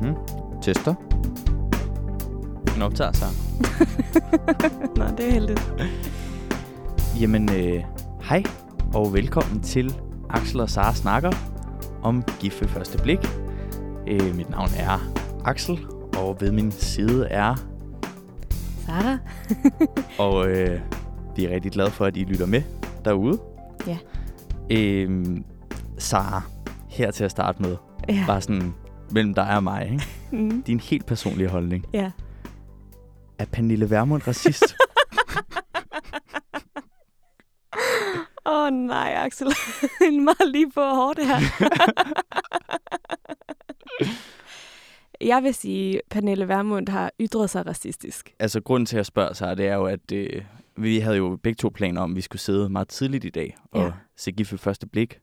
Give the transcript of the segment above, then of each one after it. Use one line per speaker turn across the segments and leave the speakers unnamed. Hmm?
Tester.
Den optager sig.
Nå, det er heldigt.
Jamen, øh, hej og velkommen til Axel og Sara snakker om gift ved første blik. Øh, mit navn er Axel, og ved min side er...
Sara?
Og øh, vi er rigtig glade for, at I lytter med derude.
Ja.
Øh, Sara, her til at starte med,
Ja.
bare sådan mellem dig og mig, ikke?
Mm.
din helt personlige holdning.
ja.
Er Pernille Vermund racist?
Åh oh, nej, Axel. en meget lige på og hårdt det her. jeg vil sige, at Pernille Vermund har ytret sig racistisk.
altså grunden til at spørge sig, det er jo, at øh, vi havde jo begge to planer om, at vi skulle sidde meget tidligt i dag og
Ja.
ja. se gift ved første blik.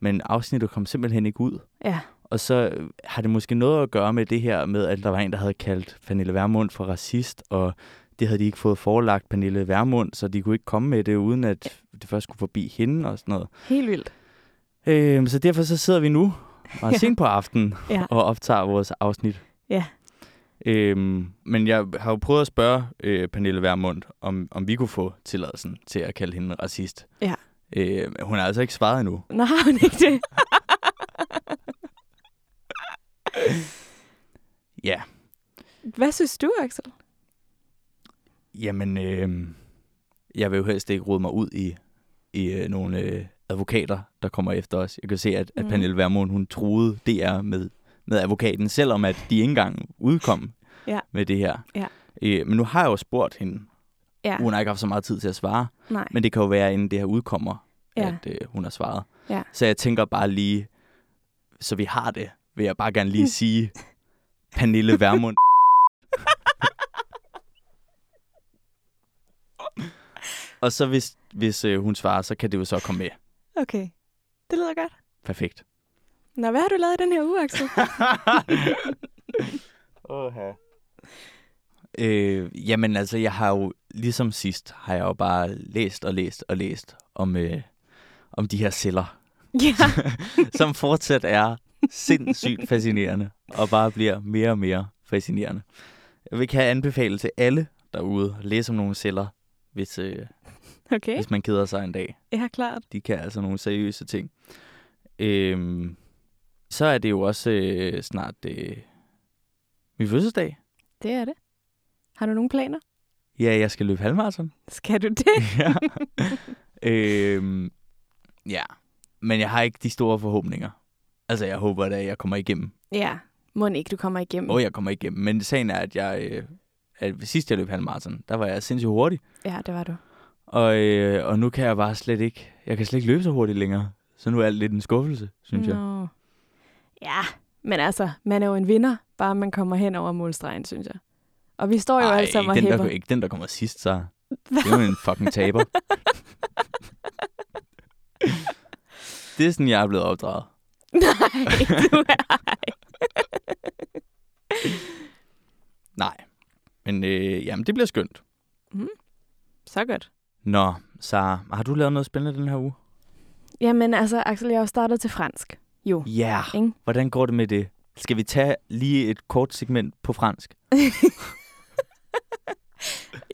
Men afsnittet kom simpelthen ikke ud.
Ja.
Og så øh, har det måske noget at gøre med det her med, at der var en, der havde kaldt Pernille Vermund for racist, og det havde de ikke fået forelagt Pernille Vermund, så de kunne ikke komme med det, uden at det først skulle forbi hende og sådan noget.
Helt vildt.
Øh, så derfor så sidder vi nu meget
Ja.
ja. sent på aftenen
Ja.
ja. og optager vores afsnit.
Ja.
Øhm, men jeg har jo prøvet at spørge øh, Pernille Vermund, om, om vi kunne få tilladelsen til at kalde hende racist.
Ja.
Øh, men hun har altså ikke svaret endnu.
Nå, har hun ikke det?
Ja,
Hvad synes du, Axel?
jamen, øh, jeg vil jo helst ikke rode mig ud i, i øh, nogle øh, advokater, der kommer efter os. Jeg kan se, at, at
Mm.
Pernille Vermund, hun troede DR med, med advokaten, selvom at de ikke engang udkom
Ja.
med det her.
Ja.
Øh, men nu har jeg jo spurgt hende,
Ja.
Hun har ikke haft så meget tid til at svare,
Nej.
men det kan jo være, inden det her udkommer,
Ja.
ja. at øh, hun har svaret.
Ja.
Så jeg tænker bare lige, så vi har det, vil jeg bare gerne lige sige, Pernille Vermund. Og så hvis, hvis øh, hun svarer, så kan det jo så komme med.
Okay. Det lyder godt.
Perfekt.
Nå, hvad har du lavet i den her uge, Axel?
Oha. Øh, jamen altså, jeg har jo, ligesom sidst, har jeg jo bare læst og læst og læst om, øh, om de her celler.
ja.
som fortsat er sindssygt fascinerende, og bare bliver mere og mere fascinerende. Vi kan anbefale til alle derude at læse om nogle celler, hvis, øh, okay.
Okay.
hvis man keder sig en dag.
Ja, klart.
De kan altså nogle seriøse ting. Øhm, så er det jo også øh, snart øh, min fødselsdag.
Det er det. Har du nogle planer?
Ja, jeg skal løbe halvmarathon.
Skal du det?
ja. øhm, ja, men jeg har ikke de store forhåbninger. Altså, jeg håber da, at jeg kommer igennem.
Ja. Må ikke, du kommer igennem?
Åh, oh, jeg kommer igennem. Men sagen er, at jeg... Øh, at sidst jeg løb halvmarathon, der var jeg sindssygt hurtig.
Ja, det var du.
Og, øh, og nu kan jeg bare slet ikke... Jeg kan slet ikke løbe så hurtigt længere. Så nu er alt lidt en skuffelse, synes jeg.
Nå. Ja, men altså, man er jo en vinder, bare man kommer hen over målstregen, synes jeg. Og vi står jo alle sammen og
ikke, den,
hæpper.
der, ikke den, der kommer sidst, så... Det er jo en fucking taber. det er sådan, jeg er blevet opdraget.
Nej, du er ej.
Nej. Men øh, jamen, det bliver skønt.
Så godt.
Nå, så har du lavet noget spændende den her uge?
Jamen altså, Axel, jeg har jo startet til fransk. Jo.
Ja.
Ikke?
Yeah. Hvordan går det med det? Skal vi tage lige et kort segment på fransk?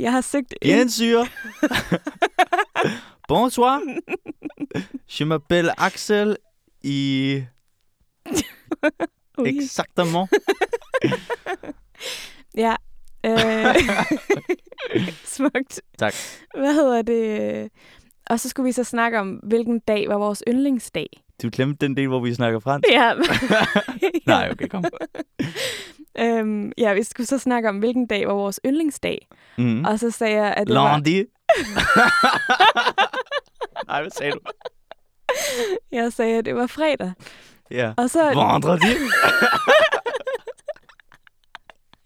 Jeg har søgt ind.
Bien sûr. Bonsoir. Je m'appelle Axel i
Ui.
exactement.
Ja. Øh. Smukt.
Tak.
Hvad hedder det? Og så skulle vi så snakke om, hvilken dag var vores yndlingsdag.
Du glemte den del, hvor vi snakker fransk?
Ja.
Nej, okay, kom.
Øhm, ja, vi skulle så snakke om, hvilken dag var vores yndlingsdag.
Mm.
Og så sagde jeg, at det var,
Lundi. Nej, hvad sagde du?
jeg sagde, at det var fredag.
Ja.
Og så,
Vendredi.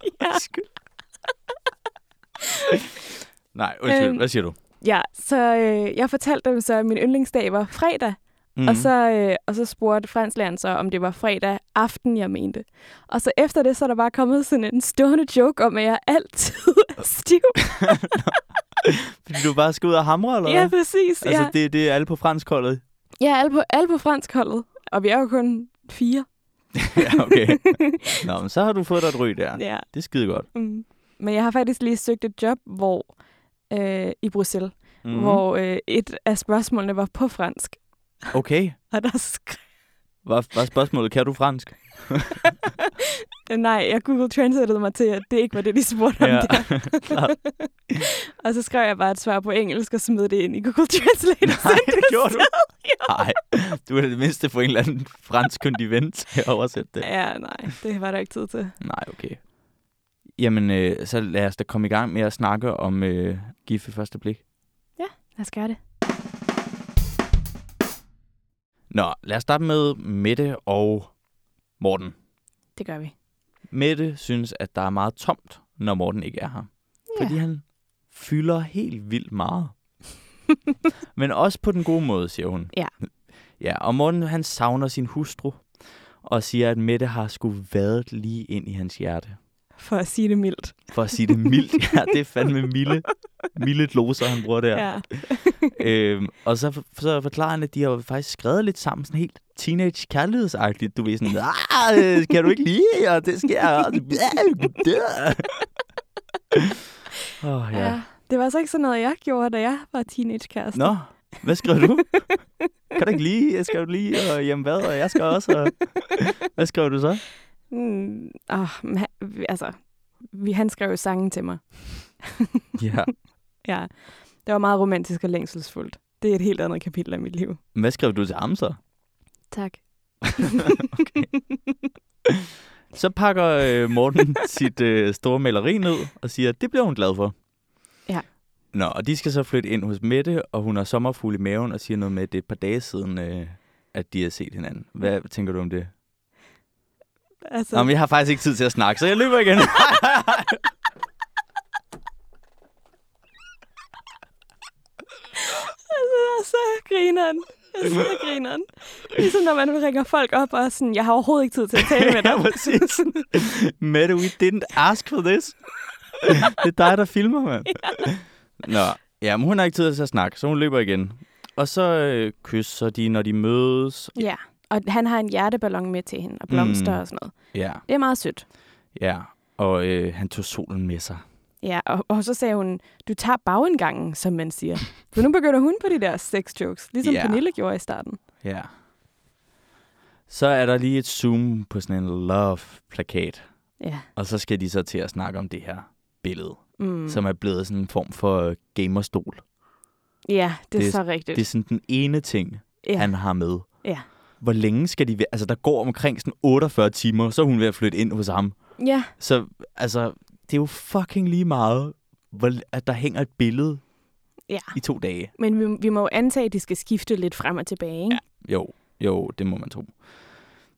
Ja.
Undskyld. Nej, undskyld.
Øhm,
Hvad siger du?
ja, så øh, jeg fortalte dem så, at min yndlingsdag var fredag.
Mm.
Mm. Og, så, øh, og så spurgte fransklæren så, om det var fredag aften, jeg mente. Og så efter det, så er der bare kommet sådan en stående joke om, at jeg altid er stiv.
Fordi du bare skal ud og hamre, eller
ja,
hvad?
præcis.
Altså,
ja.
det, det er alle på franskholdet.
ja, alle på, alle på fransk holdet. Og vi er jo kun fire.
ja, okay. Nå, men så har du fået dig et ryg der.
ja.
Det er skide godt.
Mm. Men jeg har faktisk lige søgt et job hvor øh, i Bruxelles,
Mm-hmm.
mm. hvor øh, et af spørgsmålene var på fransk.
Okay.
Og der skrev...
Var, var spørgsmålet, kan du fransk?
Nej, jeg Google Translated mig til, at det ikke var det, de spurgte om der.
klart.
Og så skrev jeg bare et svar på engelsk og smed det ind i Google Translate. og
Nej,
sendte
det gjorde du.
afsted.
Nej, du er det mindste for en eller anden fransk kondivent til at oversætte det.
Ja, nej, det var der ikke tid til.
Nej, okay. Jamen, øh, så lad os da komme i gang med at snakke om øh, gift ved første blik.
Lad os gøre det.
Nå, lad os starte med Mette og Morten.
Det gør vi.
Mette synes, at der er meget tomt, når Morten ikke er her. Fordi han fylder helt vildt meget. Men også på den gode måde, siger hun.
Ja.
Ja, og Morten han savner sin hustru og siger, at Mette har sgu været lige ind i hans hjerte.
For at sige det mildt.
For at sige det mildt. Ja, det er fandme milde, milde gloser, han bruger der.
Ja.
Øhm, og så, så forklarer han, at de har jo faktisk skrevet lidt sammen, sådan helt teenage kærlighedsagtigt. Du ved sådan, "Ah, øh, kan du ikke lide, og det sker, og det bliver Åh, ja.
ja. Det var altså ikke sådan noget, jeg gjorde, da jeg var teenagekæreste.
Nå, hvad skrev du? Kan du ikke lide, jeg skrev lige, og jamen hvad, og jeg skal også, og... Hvad skrev du så?
Mm, oh, men, han- altså, vi, han skrev jo sangen til mig.
Ja.
Ja. Det var meget romantisk og længselsfuldt. Det er et helt andet kapitel af mit liv.
Hvad skrev du til ham så?
Tak.
Så pakker øh, Morten sit øh, store maleri ned og siger, at det bliver hun glad for.
Ja.
Nå, og de skal så flytte ind hos Mette, og hun har sommerfugl i maven og siger noget med, at det er et par dage siden, øh, at de har set hinanden. Hvad tænker du om det?
Altså,
Nå, men jeg har faktisk ikke tid til at snakke, så jeg løber igen.
altså, så griner han. Så griner han. Ligesom når man ringer folk op og er sådan, jeg har overhovedet ikke tid til at tale med dig.
ja, præcis. Mette, we didn't ask for this. det er dig, der filmer, mand. Nå, ja, men hun har ikke tid til at snakke, så hun løber igen. Og så øh, kysser de, når de mødes.
Ja, og han har en hjerteballon med til hende, og blomster
Mm.
og sådan noget.
Ja.
Det er meget sødt.
Ja, og øh, han tog solen med sig.
Ja, og, og så sagde hun, du tager bagindgangen, som man siger. For nu begynder hun på de der sex jokes, ligesom
Ja.
yeah. Pernille gjorde i starten.
Ja. Så er der lige et zoom på sådan en love-plakat,
Ja.
og så skal de så til at snakke om det her billede,
Mm.
mm. som er blevet sådan en form for øh, gamerstol.
Ja, det er
Det-
så rigtigt.
Det er sådan den ene ting,
ja.
ja. han har med.
Ja.
Hvor længe skal de være? Altså, der går omkring sådan 48 timer, så er hun ved at flytte ind hos ham.
ja,
Så, altså, det er jo fucking lige meget, hvor, at der hænger et billede
Ja.
i to dage.
men vi, vi må jo antage, at de skal skifte lidt frem og tilbage, ikke?
Jo, jo, det må man tro.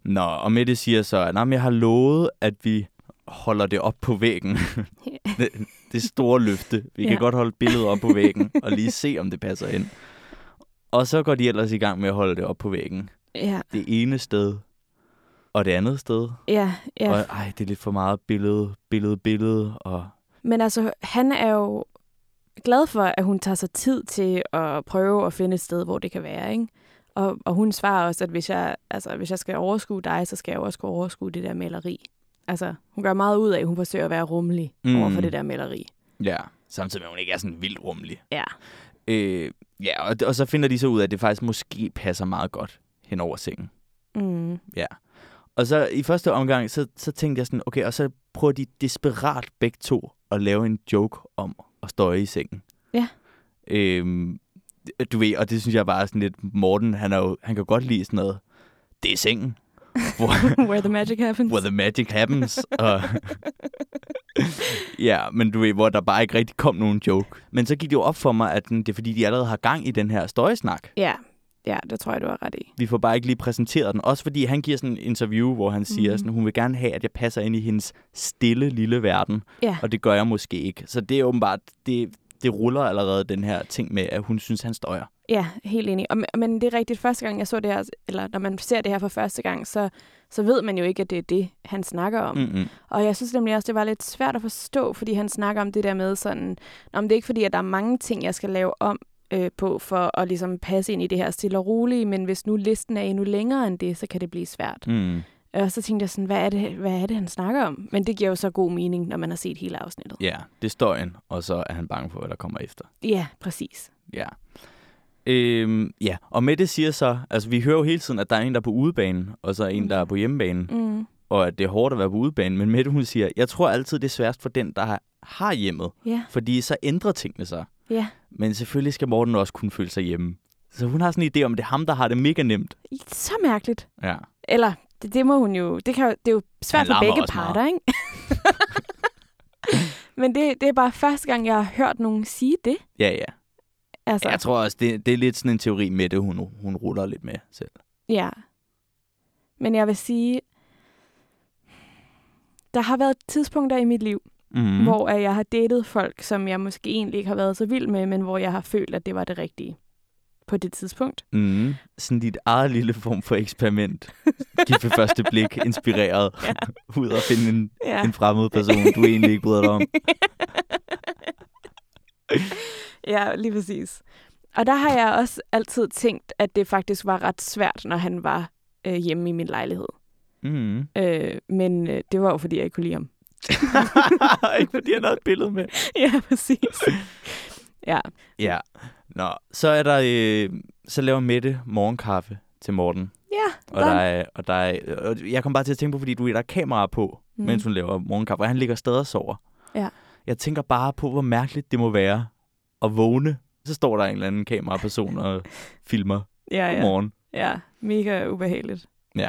Nå, og Mette siger så, at "Nå, men jeg har lovet, at vi holder det op på væggen. det, det store løfte. Vi kan
Ja.
godt holde billedet op på væggen og lige se, om det passer ind. Og så går de ellers i gang med at holde det op på væggen.
Ja,
Det ene sted og det andet sted.
ja, ja.
Og ej, det er lidt for meget billede, billede, billede. Og
Men altså, han er jo glad for, at hun tager sig tid til at prøve at finde et sted, hvor det kan være, ikke? Og, og hun svarer også, at hvis jeg, altså, hvis jeg skal overskue dig, så skal jeg også kunne overskue det der maleri. Altså, hun gør meget ud af, at hun forsøger at være rummelig
Mm.
mm. over for det der maleri.
ja, samtidig med, at hun ikke er sådan vildt rummelig.
Ja.
Øh, ja, og, og så finder de så ud af, at det faktisk måske passer meget godt hen over sengen.
Mm.
Og så i første omgang, så, så tænkte jeg sådan, okay, og så prøver de desperat begge to at lave en joke om at støje i sengen.
Ja.
Øhm, du ved, og det synes jeg bare er sådan lidt, Morten, han, er jo, han kan godt lide sådan noget, det er sengen, hvor,
Where the magic happens.
where the magic happens. og, ja, men du ved, hvor der bare ikke rigtig kom nogen joke. Men så gik det jo op for mig, at den- det er fordi, de allerede har gang i den her støjesnak
Ja, ja, det tror jeg, du har ret i.
vi får bare ikke lige præsenteret den. Også fordi han giver sådan en interview, hvor han siger,
Mhm.
mm. sådan, hun vil gerne have, at jeg passer ind i hendes stille lille verden.
Ja.
Og det gør jeg måske ikke. Så det er åbenbart, det, det ruller allerede den her ting med, at hun synes, han støjer.
Ja, helt enig. Og, men- men det er rigtigt, første gang jeg så det her, eller når man ser det her for første gang, så, så ved man jo ikke, at det er det, han snakker om.
Mm-hmm.
Og jeg synes nemlig også, det var lidt svært at forstå, fordi han snakker om det der med sådan, om det er ikke fordi, at der er mange ting, jeg skal lave om øh, på for at ligesom passe ind i det her stille og rolige, men hvis nu listen er endnu længere end det, så kan det blive svært.
Mm.
Og så tænkte jeg sådan, hvad er, det, hvad er det, han snakker om? Men det giver jo så god mening, når man har set hele afsnittet.
Ja, det er støjen, og så er han bange for, hvad der kommer efter.
Ja, præcis.
Ja. Øhm, ja, og med det siger så, altså vi hører jo hele tiden, at der er en, der er på udebanen, og så er en, der er på hjemmebanen, mm.
Mm.
og at det er hårdt at være på udebanen, men Mette hun siger, jeg tror altid, det er sværest for den, der har- har hjemmet,
Ja,
fordi så ændrer tingene sig.
ja.
Men selvfølgelig skal Morten også kunne føle sig hjemme. Så hun har sådan en idé om, at det er ham, der har det mega nemt.
Så mærkeligt.
Ja.
Eller, det, det må hun jo... Det, kan, jo- det er jo
Han
svært for
larmer
begge
også meget.
parter, ikke? Men det, det er bare første gang, jeg har hørt nogen sige det.
Ja, ja.
Altså,
Jeg tror også, det, det er lidt sådan en teori med det, hun, hun ruller lidt med selv.
Ja. Men jeg vil sige, der har været tidspunkter i mit liv,
Mhm.
mm. hvor at jeg har datet folk, som jeg måske egentlig ikke har været så vild med, men hvor jeg har følt, at det var det rigtige på det tidspunkt.
Mm. Sådan dit eget lille form for eksperiment. Giv for første blik inspireret ja. ud og finde en,
Ja.
en fremmed person, du egentlig ikke bryder dig om.
ja, lige præcis. Og der har jeg også altid tænkt, at det faktisk var ret svært, når han var øh, hjemme i min lejlighed.
Mm.
Øh, men øh, det var jo, fordi jeg ikke kunne lide ham.
ikke fordi han havde et billede med.
ja, præcis. ja.
Ja. Nå, så er der, øh, så laver Mette morgenkaffe til Morten.
Ja,
Og der, er, og der er, og jeg kom bare til at tænke på, fordi du ved, der er kameraer på, mm.
Mm.
mens hun laver morgenkaffe, og han ligger stadig og sover.
Ja.
Jeg tænker bare på, hvor mærkeligt det må være at vågne. Så står der en eller anden kameraperson og filmer
ja, ja.
godmorgen.
Ja, mega ubehageligt.
Ja.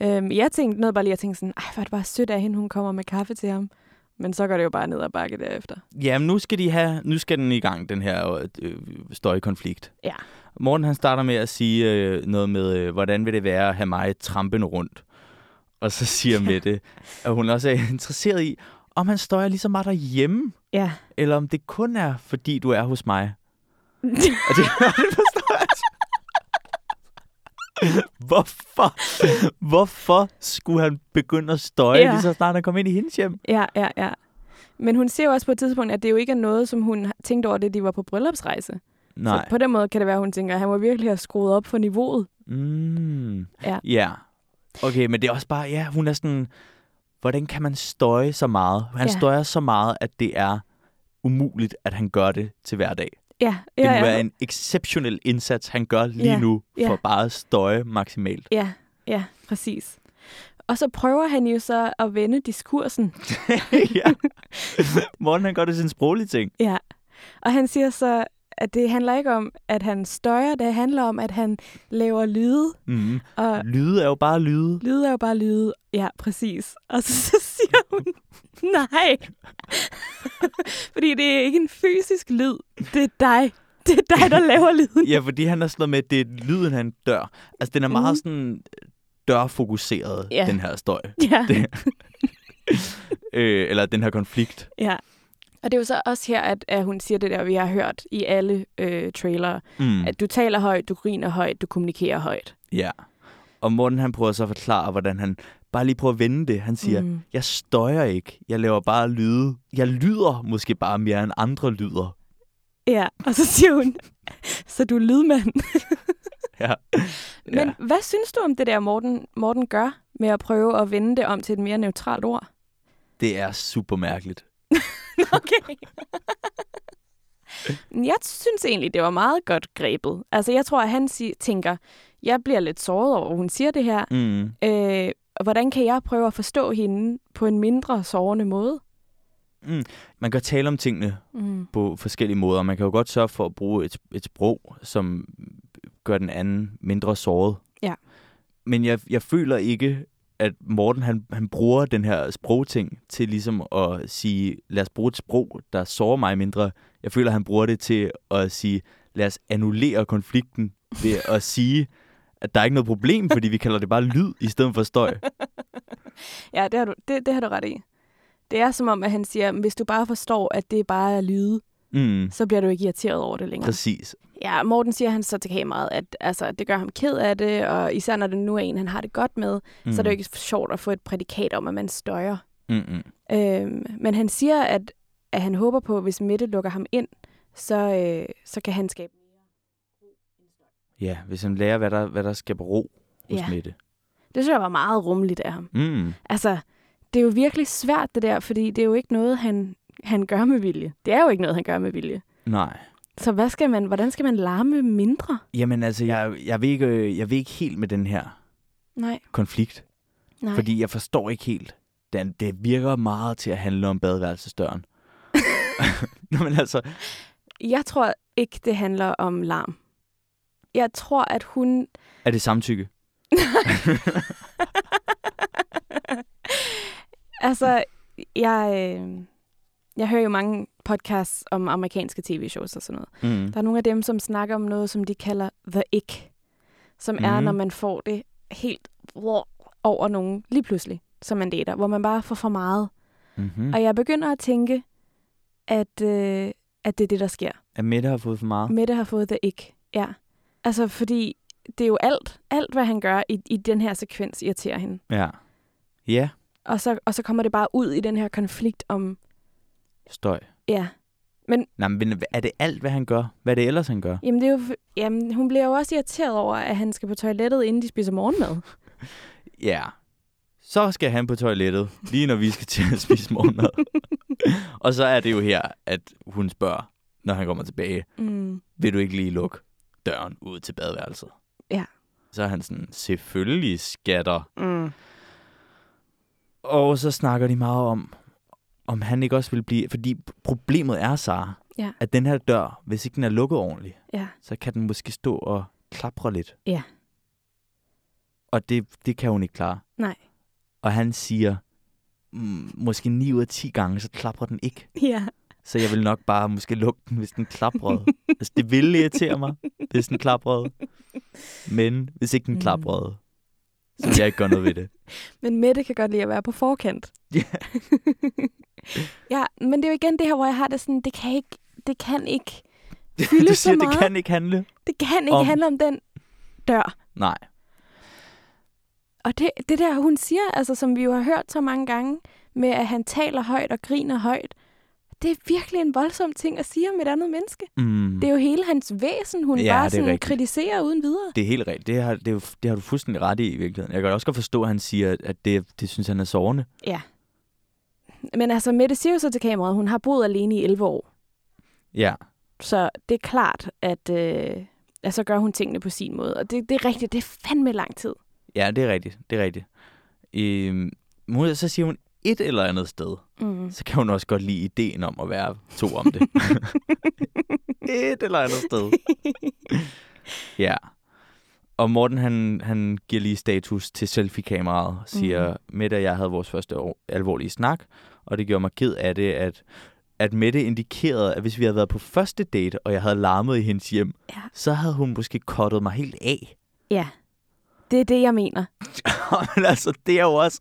Øhm, jeg tænkte noget bare lige, jeg tænkte sådan, ej, hvor er det bare sødt af hende, hun kommer med kaffe til ham. Men så går det jo bare ned ad bakke derefter.
Jamen, nu skal, de have, nu skal den i gang, den her øh, støjkonflikt.
Ja.
Morten han starter med at sige øh, noget med, øh, hvordan vil det være at have mig trampen rundt? Og så siger Mette, at hun også er interesseret i, om han støjer lige så meget derhjemme.
Ja.
eller om det kun er, fordi du er hos mig. Og det, det forstår jeg altså. Hvorfor? Hvorfor skulle han begynde at støje,
Ja.
ja. lige så snart han kom ind i hendes hjem?
ja, ja, ja. Men hun ser jo også på et tidspunkt, at det jo ikke er noget, som hun har tænkt over, da de var på bryllupsrejse.
Nej.
Så på den måde kan det være, at hun tænker, at han må virkelig have skruet op for niveauet.
Mm.
Ja.
ja. Okay, men det er også bare, ja, hun er sådan, hvordan kan man støje så meget? Han
Ja.
ja. støjer så meget, at det er umuligt, at han gør det til hverdag.
Ja,
Det
ja,
må
ja.
være en exceptionel indsats, han gør lige
Ja.
nu, for
Ja.
bare at støje maksimalt.
ja, ja, præcis. Og så prøver han jo så at vende diskursen.
ja. Morten, han gør det til en sproglig ting.
Ja. Og han siger så, at det handler ikke om, at han støjer, det handler om, at han laver lyde.
Mm.
Og
Lyde er jo bare lyde.
Lyde er jo bare lyde. Ja, præcis. Og så, så siger hun, nej. Fordi det er ikke en fysisk lyd. Det er dig. Det er dig, der laver lyden.
Ja, fordi han har slået med, at det er lyden af en dør. Altså, den er meget sådan dørfokuseret,
Mhm. Ja.
den her støj.
Ja,
Det- Øh, eller den her konflikt.
ja. Og det er jo så også her, at, at hun siger det der, vi har hørt i alle øh, trailere.
Mm.
At du taler højt, du griner højt, du kommunikerer højt.
Ja. Og Morten, han prøver så at forklare, hvordan han bare lige prøver at vende det. Han siger,
Mm.
mm. jeg støjer ikke. Jeg laver bare lyde. Jeg lyder måske bare mere end andre lyder.
Ja, og så siger hun, så du er lydmand.
Ja.
Men
Ja.
hvad synes du om det der, Morten, Morten gør med at prøve at vende det om til et mere neutralt ord?
Det er super mærkeligt.
Okay. jeg synes egentlig, det var meget godt grebet. Altså, jeg tror, at han si- tænker, jeg bliver lidt såret over, at hun siger det her.
Mm.
Øh, og hvordan kan jeg prøve at forstå hende på en mindre sårende måde?
Man kan tale om tingene
Mm.
på forskellige måder. Man kan jo godt sørge for at bruge et, et sprog, som gør den anden mindre såret.
Ja.
Men jeg, jeg føler ikke, at Morten han, han bruger den her sprogting til ligesom at sige, lad os bruge et sprog, der sårer mig mindre. Jeg føler, han bruger det til at sige, lad os annullere konflikten ved at sige, at der er ikke noget problem, fordi vi kalder det bare lyd i stedet for støj.
Ja, det har, du, det, det har du ret i. Det er som om, at han siger, hvis du bare forstår, at det bare er lyde,
Mm,
så bliver du ikke irriteret over det længere.
præcis.
Ja, Morten siger han så til kameraet, at altså, det gør ham ked af det, og især når det nu er en, han har det godt med, mm. så er det jo ikke sjovt at få et prædikat om, at man støjer.
Mm-mm.
Øhm, men han siger, at, at han håber på, at hvis Mette lukker ham ind, så, øh, så kan han skabe.
Ja, hvis han lærer, hvad der, hvad der skaber ro hos
Ja.
Mette.
Det synes jeg var meget rummeligt af ham.
Mm.
Altså, det er jo virkelig svært det der, fordi det er jo ikke noget, han, han gør med vilje. Det er jo ikke noget, han gør med vilje.
Nej.
Så hvad skal man, hvordan skal man larme mindre?
Jamen altså, jeg, jeg, vil ikke, øh, jeg vil ikke helt med den her
Nej,
konflikt,
nej.
fordi jeg forstår ikke helt. Den, det virker meget til at handle om badeværelsesdøren. Nå, men altså,
Jeg tror ikke, det handler om larm. Jeg tror, at hun...
er det samtykke?
altså, jeg, øh, jeg hører jo mange podcasts om amerikanske tv-shows og sådan noget.
Mm.
Der er nogle af dem, som snakker om noget, som de kalder the ick, som mm. er,
Mhm.
når man får det helt over nogen lige pludselig, som man dater, hvor man bare får for meget.
Mm-hmm.
Og jeg begynder at tænke, at, øh, at det er det, der sker.
At Mette har fået for meget?
Mette har fået det ikke. Ja. Altså, fordi det er jo alt, alt hvad han gør i, i den her sekvens, irriterer hende.
Ja. Ja,
Og så, og så kommer det bare ud i den her konflikt om,
støj.
ja,
Nej, men er det alt, hvad han gør? Hvad er det ellers, han gør?
jamen, det er jo, f- jamen hun bliver jo også irriteret over, at han skal på toilettet, inden de spiser morgenmad.
Ja. Yeah. Så skal han på toilettet, lige når vi skal til at spise morgenmad. og så er det jo her, at hun spørger, når han kommer tilbage,
Mm.
vil du ikke lige lukke døren ud til badeværelset?
Ja.
Så er han sådan, selvfølgelig skatter.
Mm.
Og så snakker de meget om, om han ikke også vil blive... Fordi problemet er, Sara,
Ja.
at den her dør, hvis ikke den er lukket ordentligt,
Ja.
så kan den måske stå og klapre lidt.
Ja.
Og det, det kan hun ikke klare.
Nej.
Og han siger, "Mm, måske 9 ud af 10 gange, så klapper den ikke.
Ja.
Så jeg vil nok bare måske lukke den, hvis den klaprede. altså, det ville irritere mig, hvis den klaprede. Men hvis ikke den
Mm.
klaprede, så vil jeg ikke gøre noget ved det.
Men Mette kan godt lide at være på forkant.
Ja.
ja, men det er jo igen det her, hvor jeg har det sådan, det kan ikke, det kan ikke, Fylde
du
så
siger, det
meget.
kan ikke handle.
det kan ikke
Om-
om. handle om den dør.
Nej.
Og det, det der, hun siger, altså, som vi jo har hørt så mange gange, med at han taler højt og griner højt, det er virkelig en voldsom ting at sige om et andet menneske.
Mm.
Det er jo hele hans væsen, hun
Ja,
ja,
det er
bare sådan
rigtigt.
kritiserer uden videre.
Det er helt rigtigt. Det har, det, er jo, det har du fuldstændig ret i i virkeligheden. Jeg kan også godt forstå, at han siger, at det, det synes han er sårende.
Men altså, Mette siger jo så til kameraet, hun har boet alene i 11 år.
Ja.
Så det er klart, at, øh, at så gør hun tingene på sin måde. Og det, det er rigtigt, det er fandme lang tid.
ja, det er rigtigt. Det er rigtigt. Øhm, mod- så siger hun et eller andet sted,
Mm.
så kan hun også godt lide ideen om at være to om det. et eller andet sted. ja. Og Morten, han, han giver lige status til selfie-kameraet og siger,
Mhm.
Mette og jeg havde vores første år, alvorlige snak, og det gjorde mig ked af det, at, at Mette indikerede, at hvis vi havde været på første date, og jeg havde larmet i hendes hjem,
Ja.
så havde hun måske kottet mig helt af.
Ja, det er det, jeg mener.
Men altså, det er jo også...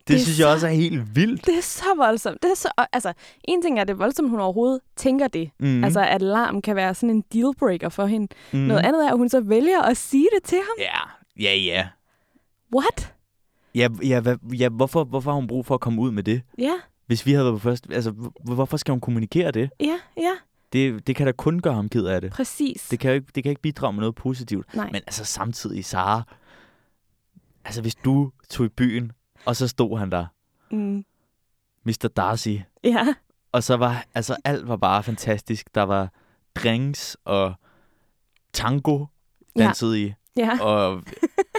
Det,
Det er
det synes jeg
så-
også er helt vildt.
Det er så voldsomt. Det er så, og, altså, en ting er, at det er voldsomt, hun overhovedet tænker det.
Mm.
Mm. Altså, at larm kan være sådan en dealbreaker for hende.
mm.
Mm. Noget andet er, at hun så vælger at sige det til ham.
Ja, ja, ja.
What?
Ja, ja, hvad, ja hvorfor, hvorfor har hun brug for at komme ud med det?
Ja,
Hvis vi havde været på først... Altså, hvor- hvorfor skal hun kommunikere det?
ja, ja.
det? Det kan da kun gøre ham ked af det.
Præcis.
Det kan jo ikke, det kan ikke bidrage med noget positivt.
Nej.
Men altså samtidig, Sara... Altså, hvis du tog i byen, og så stod han der,
Mm.
Mr. Darcy,
Ja,
og så var... Altså, alt var bare fantastisk. Der var drinks og tango
Ja.
dansede ja. i.
ja.
og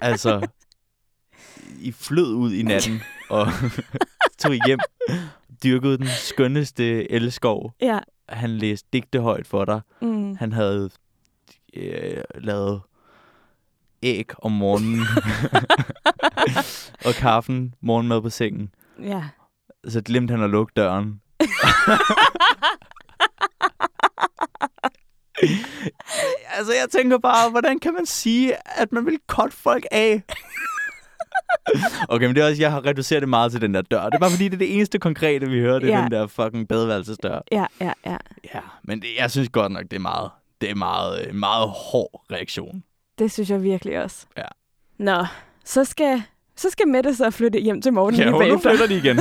altså, I flød ud i natten og tog hjem, dyrkede den skønneste elskov.
Ja.
Han læste digte højt for dig.
Mm.
Han havde øh, lavet æg om morgenen og kaffen, morgenmad på sengen.
Ja.
Så glemte han at lukke døren. altså, jeg tænker bare, hvordan kan man sige, at man vil cut folk af? Okay, men det er også, jeg har reduceret det meget til den der dør. Det er bare fordi, det er det eneste konkrete, vi hører, det er
Ja.
den der fucking badeværelsesdør.
Ja, ja, ja.
Ja, men det, jeg synes godt nok, det er meget, det er meget, øh, meget hård reaktion.
Det synes jeg virkelig også.
Ja.
Nå, så skal, så skal Mette så flytte hjem til Morten
Ja,
lige
hun, nu
bagefter.
flytter de igen.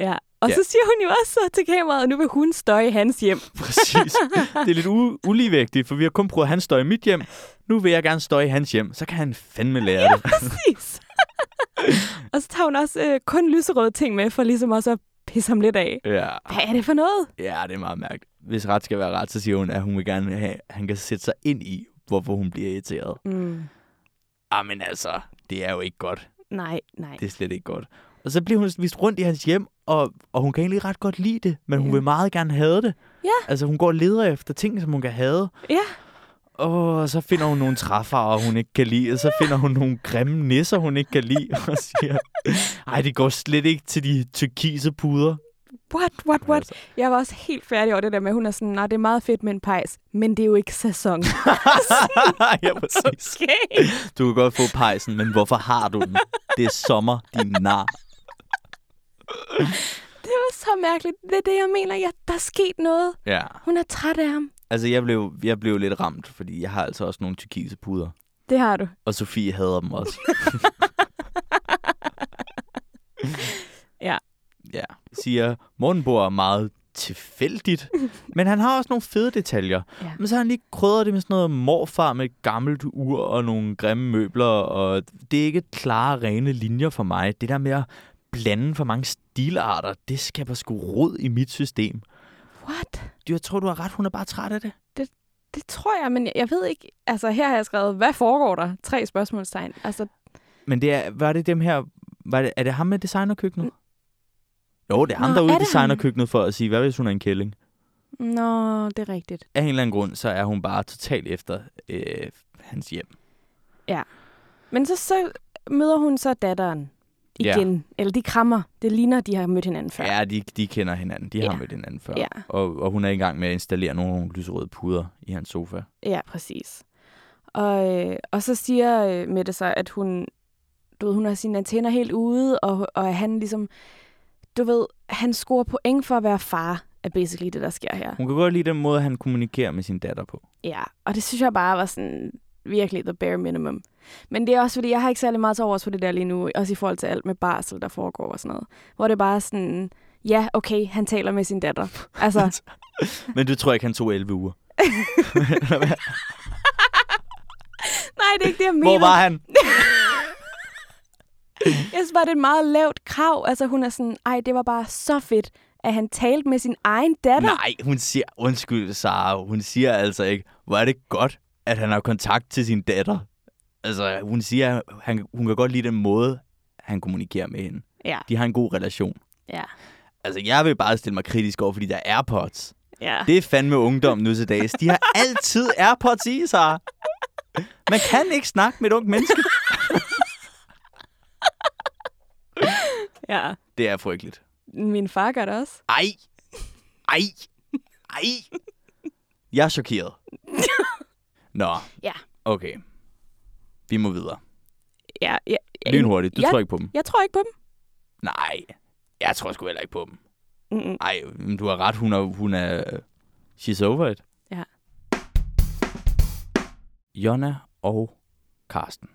Ja, Og
Ja.
ja. så siger hun jo også så til kameraet, at nu vil hun støje i hans hjem.
Præcis. Det er lidt u- uligevægtigt, for vi har kun prøvet, at han står i mit hjem. Nu vil jeg gerne stå i hans hjem. Så kan han fandme lære det.
Præcis. og så tager hun også øh, kun lyserøde ting med, for ligesom også at pisse ham lidt af.
Ja.
Hvad er det for noget?
ja, det er meget mærkeligt. Hvis ret skal være ret, så siger hun, at hun vil gerne have, at han kan sætte sig ind i, hvorfor hun bliver irriteret.
Mm.
Ah, men altså, det er jo ikke godt.
Nej, nej.
Det er slet ikke godt. Og så bliver hun vist rundt i hans hjem, og, og hun kan egentlig ret godt lide det, men hun
Ja.
vil meget gerne have det.
Ja.
Altså, hun går og leder efter ting, som hun kan have.
Ja.
Og så finder hun nogle træfarver, hun ikke kan lide, og så finder hun nogle grimme nisser, hun ikke kan lide, og siger, ej, det går slet ikke til de tyrkise puder.
What, what,
Men
what?
altså-
Jeg var også helt færdig over det der med, at hun er sådan, nej, det er meget fedt med en pejs, men det er jo ikke sæson.
ja, præcis.
Okay.
Du kan godt få pejsen, men hvorfor har du den? Det er sommer, din nar.
Det var så mærkeligt. Det er det, jeg mener. Ja, der er sket noget.
Ja.
Hun er træt af ham.
Altså, jeg blev, jeg blev lidt ramt, fordi jeg har altså også nogle tyrkise puder.
Det har du.
Og Sofie hader dem også.
Ja.
Ja. Siger, Morten bor meget tilfældigt, men han har også nogle fede detaljer.
Ja.
Men så har han lige krydret det med sådan noget morfar med et gammelt ur og nogle grimme møbler, og det er ikke klare, rene linjer for mig. Det der med at blande for mange stilarter, det skaber sgu rod i mit system.
What?
Du, Jeg tror, du har ret. Hun er bare træt af det.
Det tror jeg, men jeg- jeg ved ikke. Altså, her har jeg skrevet, hvad foregår der? Tre spørgsmålstegn. Altså,
Men det er, var det dem her... Var det, er det ham med designerkøkkenet? Jo, det er ham,
Nå,
der er ude
er
i
det
designerkøkkenet for at sige, hvad hvis hun er en kælling?
nå, det er rigtigt.
Af en eller anden grund, så er hun bare totalt efter øh, hans hjem.
Men så, så møder hun så datteren
Ja.
igen. Ja. Eller de krammer. Det ligner, de har mødt hinanden før.
Ja, de, de kender hinanden. De har
Ja.
mødt hinanden før.
Ja.
Og, og hun er i gang med at installere nogle lyserøde puder i hans sofa.
ja præcis. Og, øh, og så siger øh, Mette så, at hun, du ved, hun har sine antenner helt ude, og, og han ligesom, du ved, han scorer point for at være far, er basically det, der sker her.
Hun kan godt lide den måde, han kommunikerer med sin datter på.
Ja, og det synes jeg bare var sådan virkelig the bare minimum. Men det er også fordi, jeg har ikke særlig meget til overs for det der lige nu, også i forhold til alt med barsel, der foregår og sådan noget. Hvor det er bare sådan, ja, okay, han taler med sin datter. Altså,
Men du tror ikke, han tog 11 uger.
nej, det er ikke det, jeg mener.
Hvor var han?
Jeg synes bare, det er et meget lavt krav. Altså, hun er sådan, ej, det var bare så fedt, at han talte med sin egen datter.
Nej, hun siger, undskyld Sara, hun siger altså ikke, hvor er det godt, at han har kontakt til sin datter. Altså, hun siger, han, hun kan godt lide den måde, han kommunikerer med hende.
Ja,
De har en god relation.
ja,
Altså, jeg vil bare stille mig kritisk over, fordi der er AirPods.
ja.
Det er fandme ungdom nu til dags. De har altid AirPods i sig. Man kan ikke snakke med et ungt menneske.
ja.
Det er frygteligt.
Min far gør det også.
Ej. Ej. Ej. Jeg er chokeret. Nå,
Ja.
okay. Vi må videre.
Ja, ja, ja.
Lynhurtigt. Du
jeg,
tror ikke på dem?
Jeg tror ikke på dem.
Nej. Jeg tror sgu heller ikke på dem.
Mm-mm.
Nej, du har ret. Hun er... Hun er she's over it.
Ja.
Jonna og Karsten.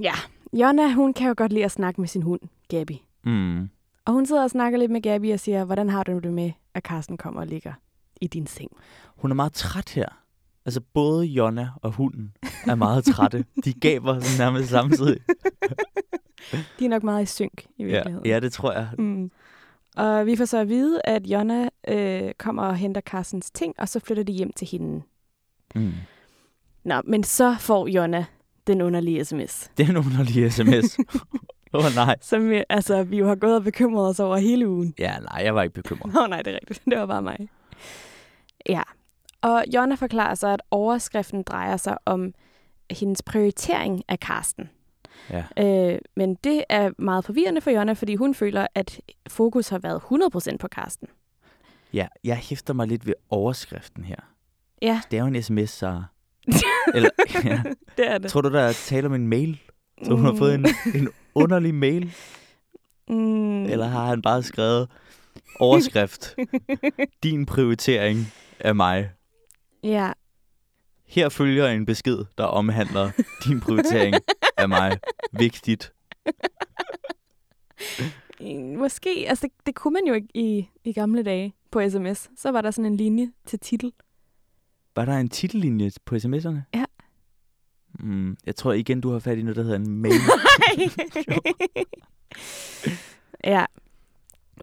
Ja. Jonna, hun kan jo godt lide at snakke med sin hund, Gabby.
Mm.
Og hun sidder og snakker lidt med Gabby og siger, hvordan har du det med, at Carsten kommer og ligger i din seng?
Hun er meget træt her. Altså, både Jonna og hunden er meget trætte. De gaber sådan nærmest samtidig.
De er nok meget i synk
Ja,
i virkeligheden.
ja, det tror jeg.
Mm. Og vi får så at vide, at Jonna øh, kommer og henter Carstens ting, og så flytter de hjem til hende.
Mm.
Nå, men så får Jonna den underlige sms,
Det er en underlig sms. Åh, oh, nej.
som vi, altså, vi jo har gået og bekymret os over hele ugen.
Ja, nej, jeg var ikke bekymret.
Nå nej, det er rigtigt. Det var bare mig. Ja. Og Jonna forklarer sig, at overskriften drejer sig om hendes prioritering af Karsten.
Ja.
Øh, men det er meget forvirrende for Jonna, fordi hun føler, at fokus har været 100% på Karsten.
Ja, jeg hæfter mig lidt ved overskriften her.
Ja.
Det er jo en sms, så... Eller, ja.
Det er det.
Tror du, der er tale om en mail? Så hun har fået en, en underlig mail?
Mm,
Eller har han bare skrevet overskrift? Din prioritering af mig.
Ja.
Her følger en besked, der omhandler din prioritering af mig. Vigtigt.
Måske, altså det, det kunne man jo ikke i, i gamle dage på sms. Så var der sådan en linje til titel.
Var der en titellinje på sms'erne?
Ja.
Mm, jeg tror igen, du har fat i noget, der hedder en mail.
ja.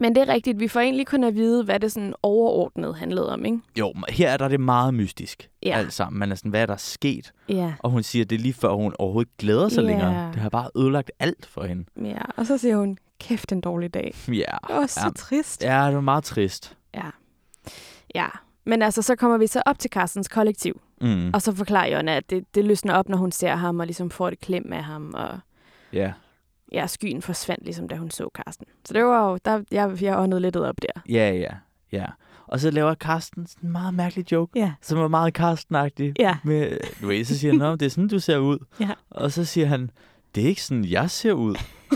Men det er rigtigt. Vi får egentlig kun at vide, hvad det sådan overordnet handlede om, ikke?
jo, men her er der det meget mystisk.
Ja.
Alt sammen. Man er sådan, hvad er der sket?
Ja.
Og hun siger, det er lige før, hun overhovedet ikke glæder sig
Ja.
længere. Det har bare ødelagt alt for hende.
ja. Og så siger hun, kæft en dårlig dag.
Ja.
Åh, så
Ja.
trist.
Ja, det var meget trist.
Ja. Men altså, så kommer vi så op til Carstens kollektiv.
Mm.
Og så forklarer Jonna, at det, det løsner op, når hun ser ham og ligesom får et klem af ham. Og
Ja.
ja, skyen forsvandt, ligesom da hun så Carsten. Så det var jo, der, jeg, jeg åndede lidt op der.
Ja, ja, ja. Og så laver Carsten sådan en meget mærkelig joke,
Ja.
som er meget Carsten-agtig.
Ja.
Med, du ved, så siger han, "Nå, det er sådan, du ser ud.
Ja.
Og så siger han, det er ikke sådan, jeg ser ud.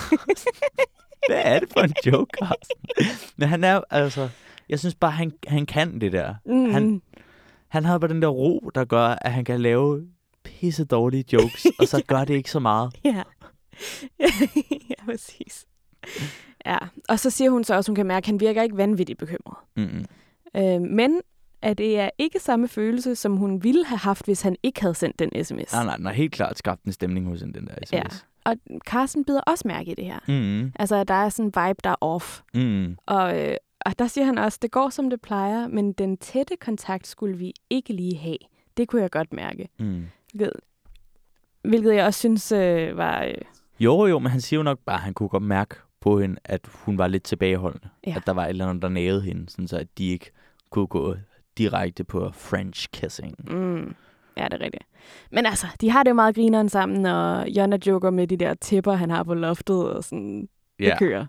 Hvad er det for en joke, Carsten? Men han er, altså, jeg synes bare, han, han kan det der.
Mm.
Han- Han har bare den der ro, der gør, at han kan lave pisse dårlige jokes, og så gør det ikke så meget.
Ja. ja, præcis. Ja, og så siger hun så også, hun kan mærke, at han virker ikke vanvittigt bekymret.
Mm-mm.
Øh, men at det er ikke samme følelse, som hun ville have haft, hvis han ikke havde sendt den sms.
Nej, nej, den har helt klart skabt en stemning hos hende, den der sms.
Ja. Og Carsten bider også mærke i det her.
Mm-mm.
Altså, at der er sådan en vibe, der er off.
Mm-mm.
Og, øh, og der siger han også, det går som det plejer, men den tætte kontakt skulle vi ikke lige have. Det kunne jeg godt mærke.
Mm.
Hvilket, hvilket jeg også synes øh, var... Øh,
Jo, jo, men han siger jo nok bare, at han kunne godt mærke på hende, at hun var lidt tilbageholdende.
Ja.
Ja. At der var et eller andet, der nagede hende, sådan så at de ikke kunne gå direkte på French kissing.
Mm. Ja, det er rigtigt. Men altså, de har det jo meget grineren sammen, og Jonna joker med de der tæpper, han har på loftet, og sådan, yeah.
Ja,
det kører.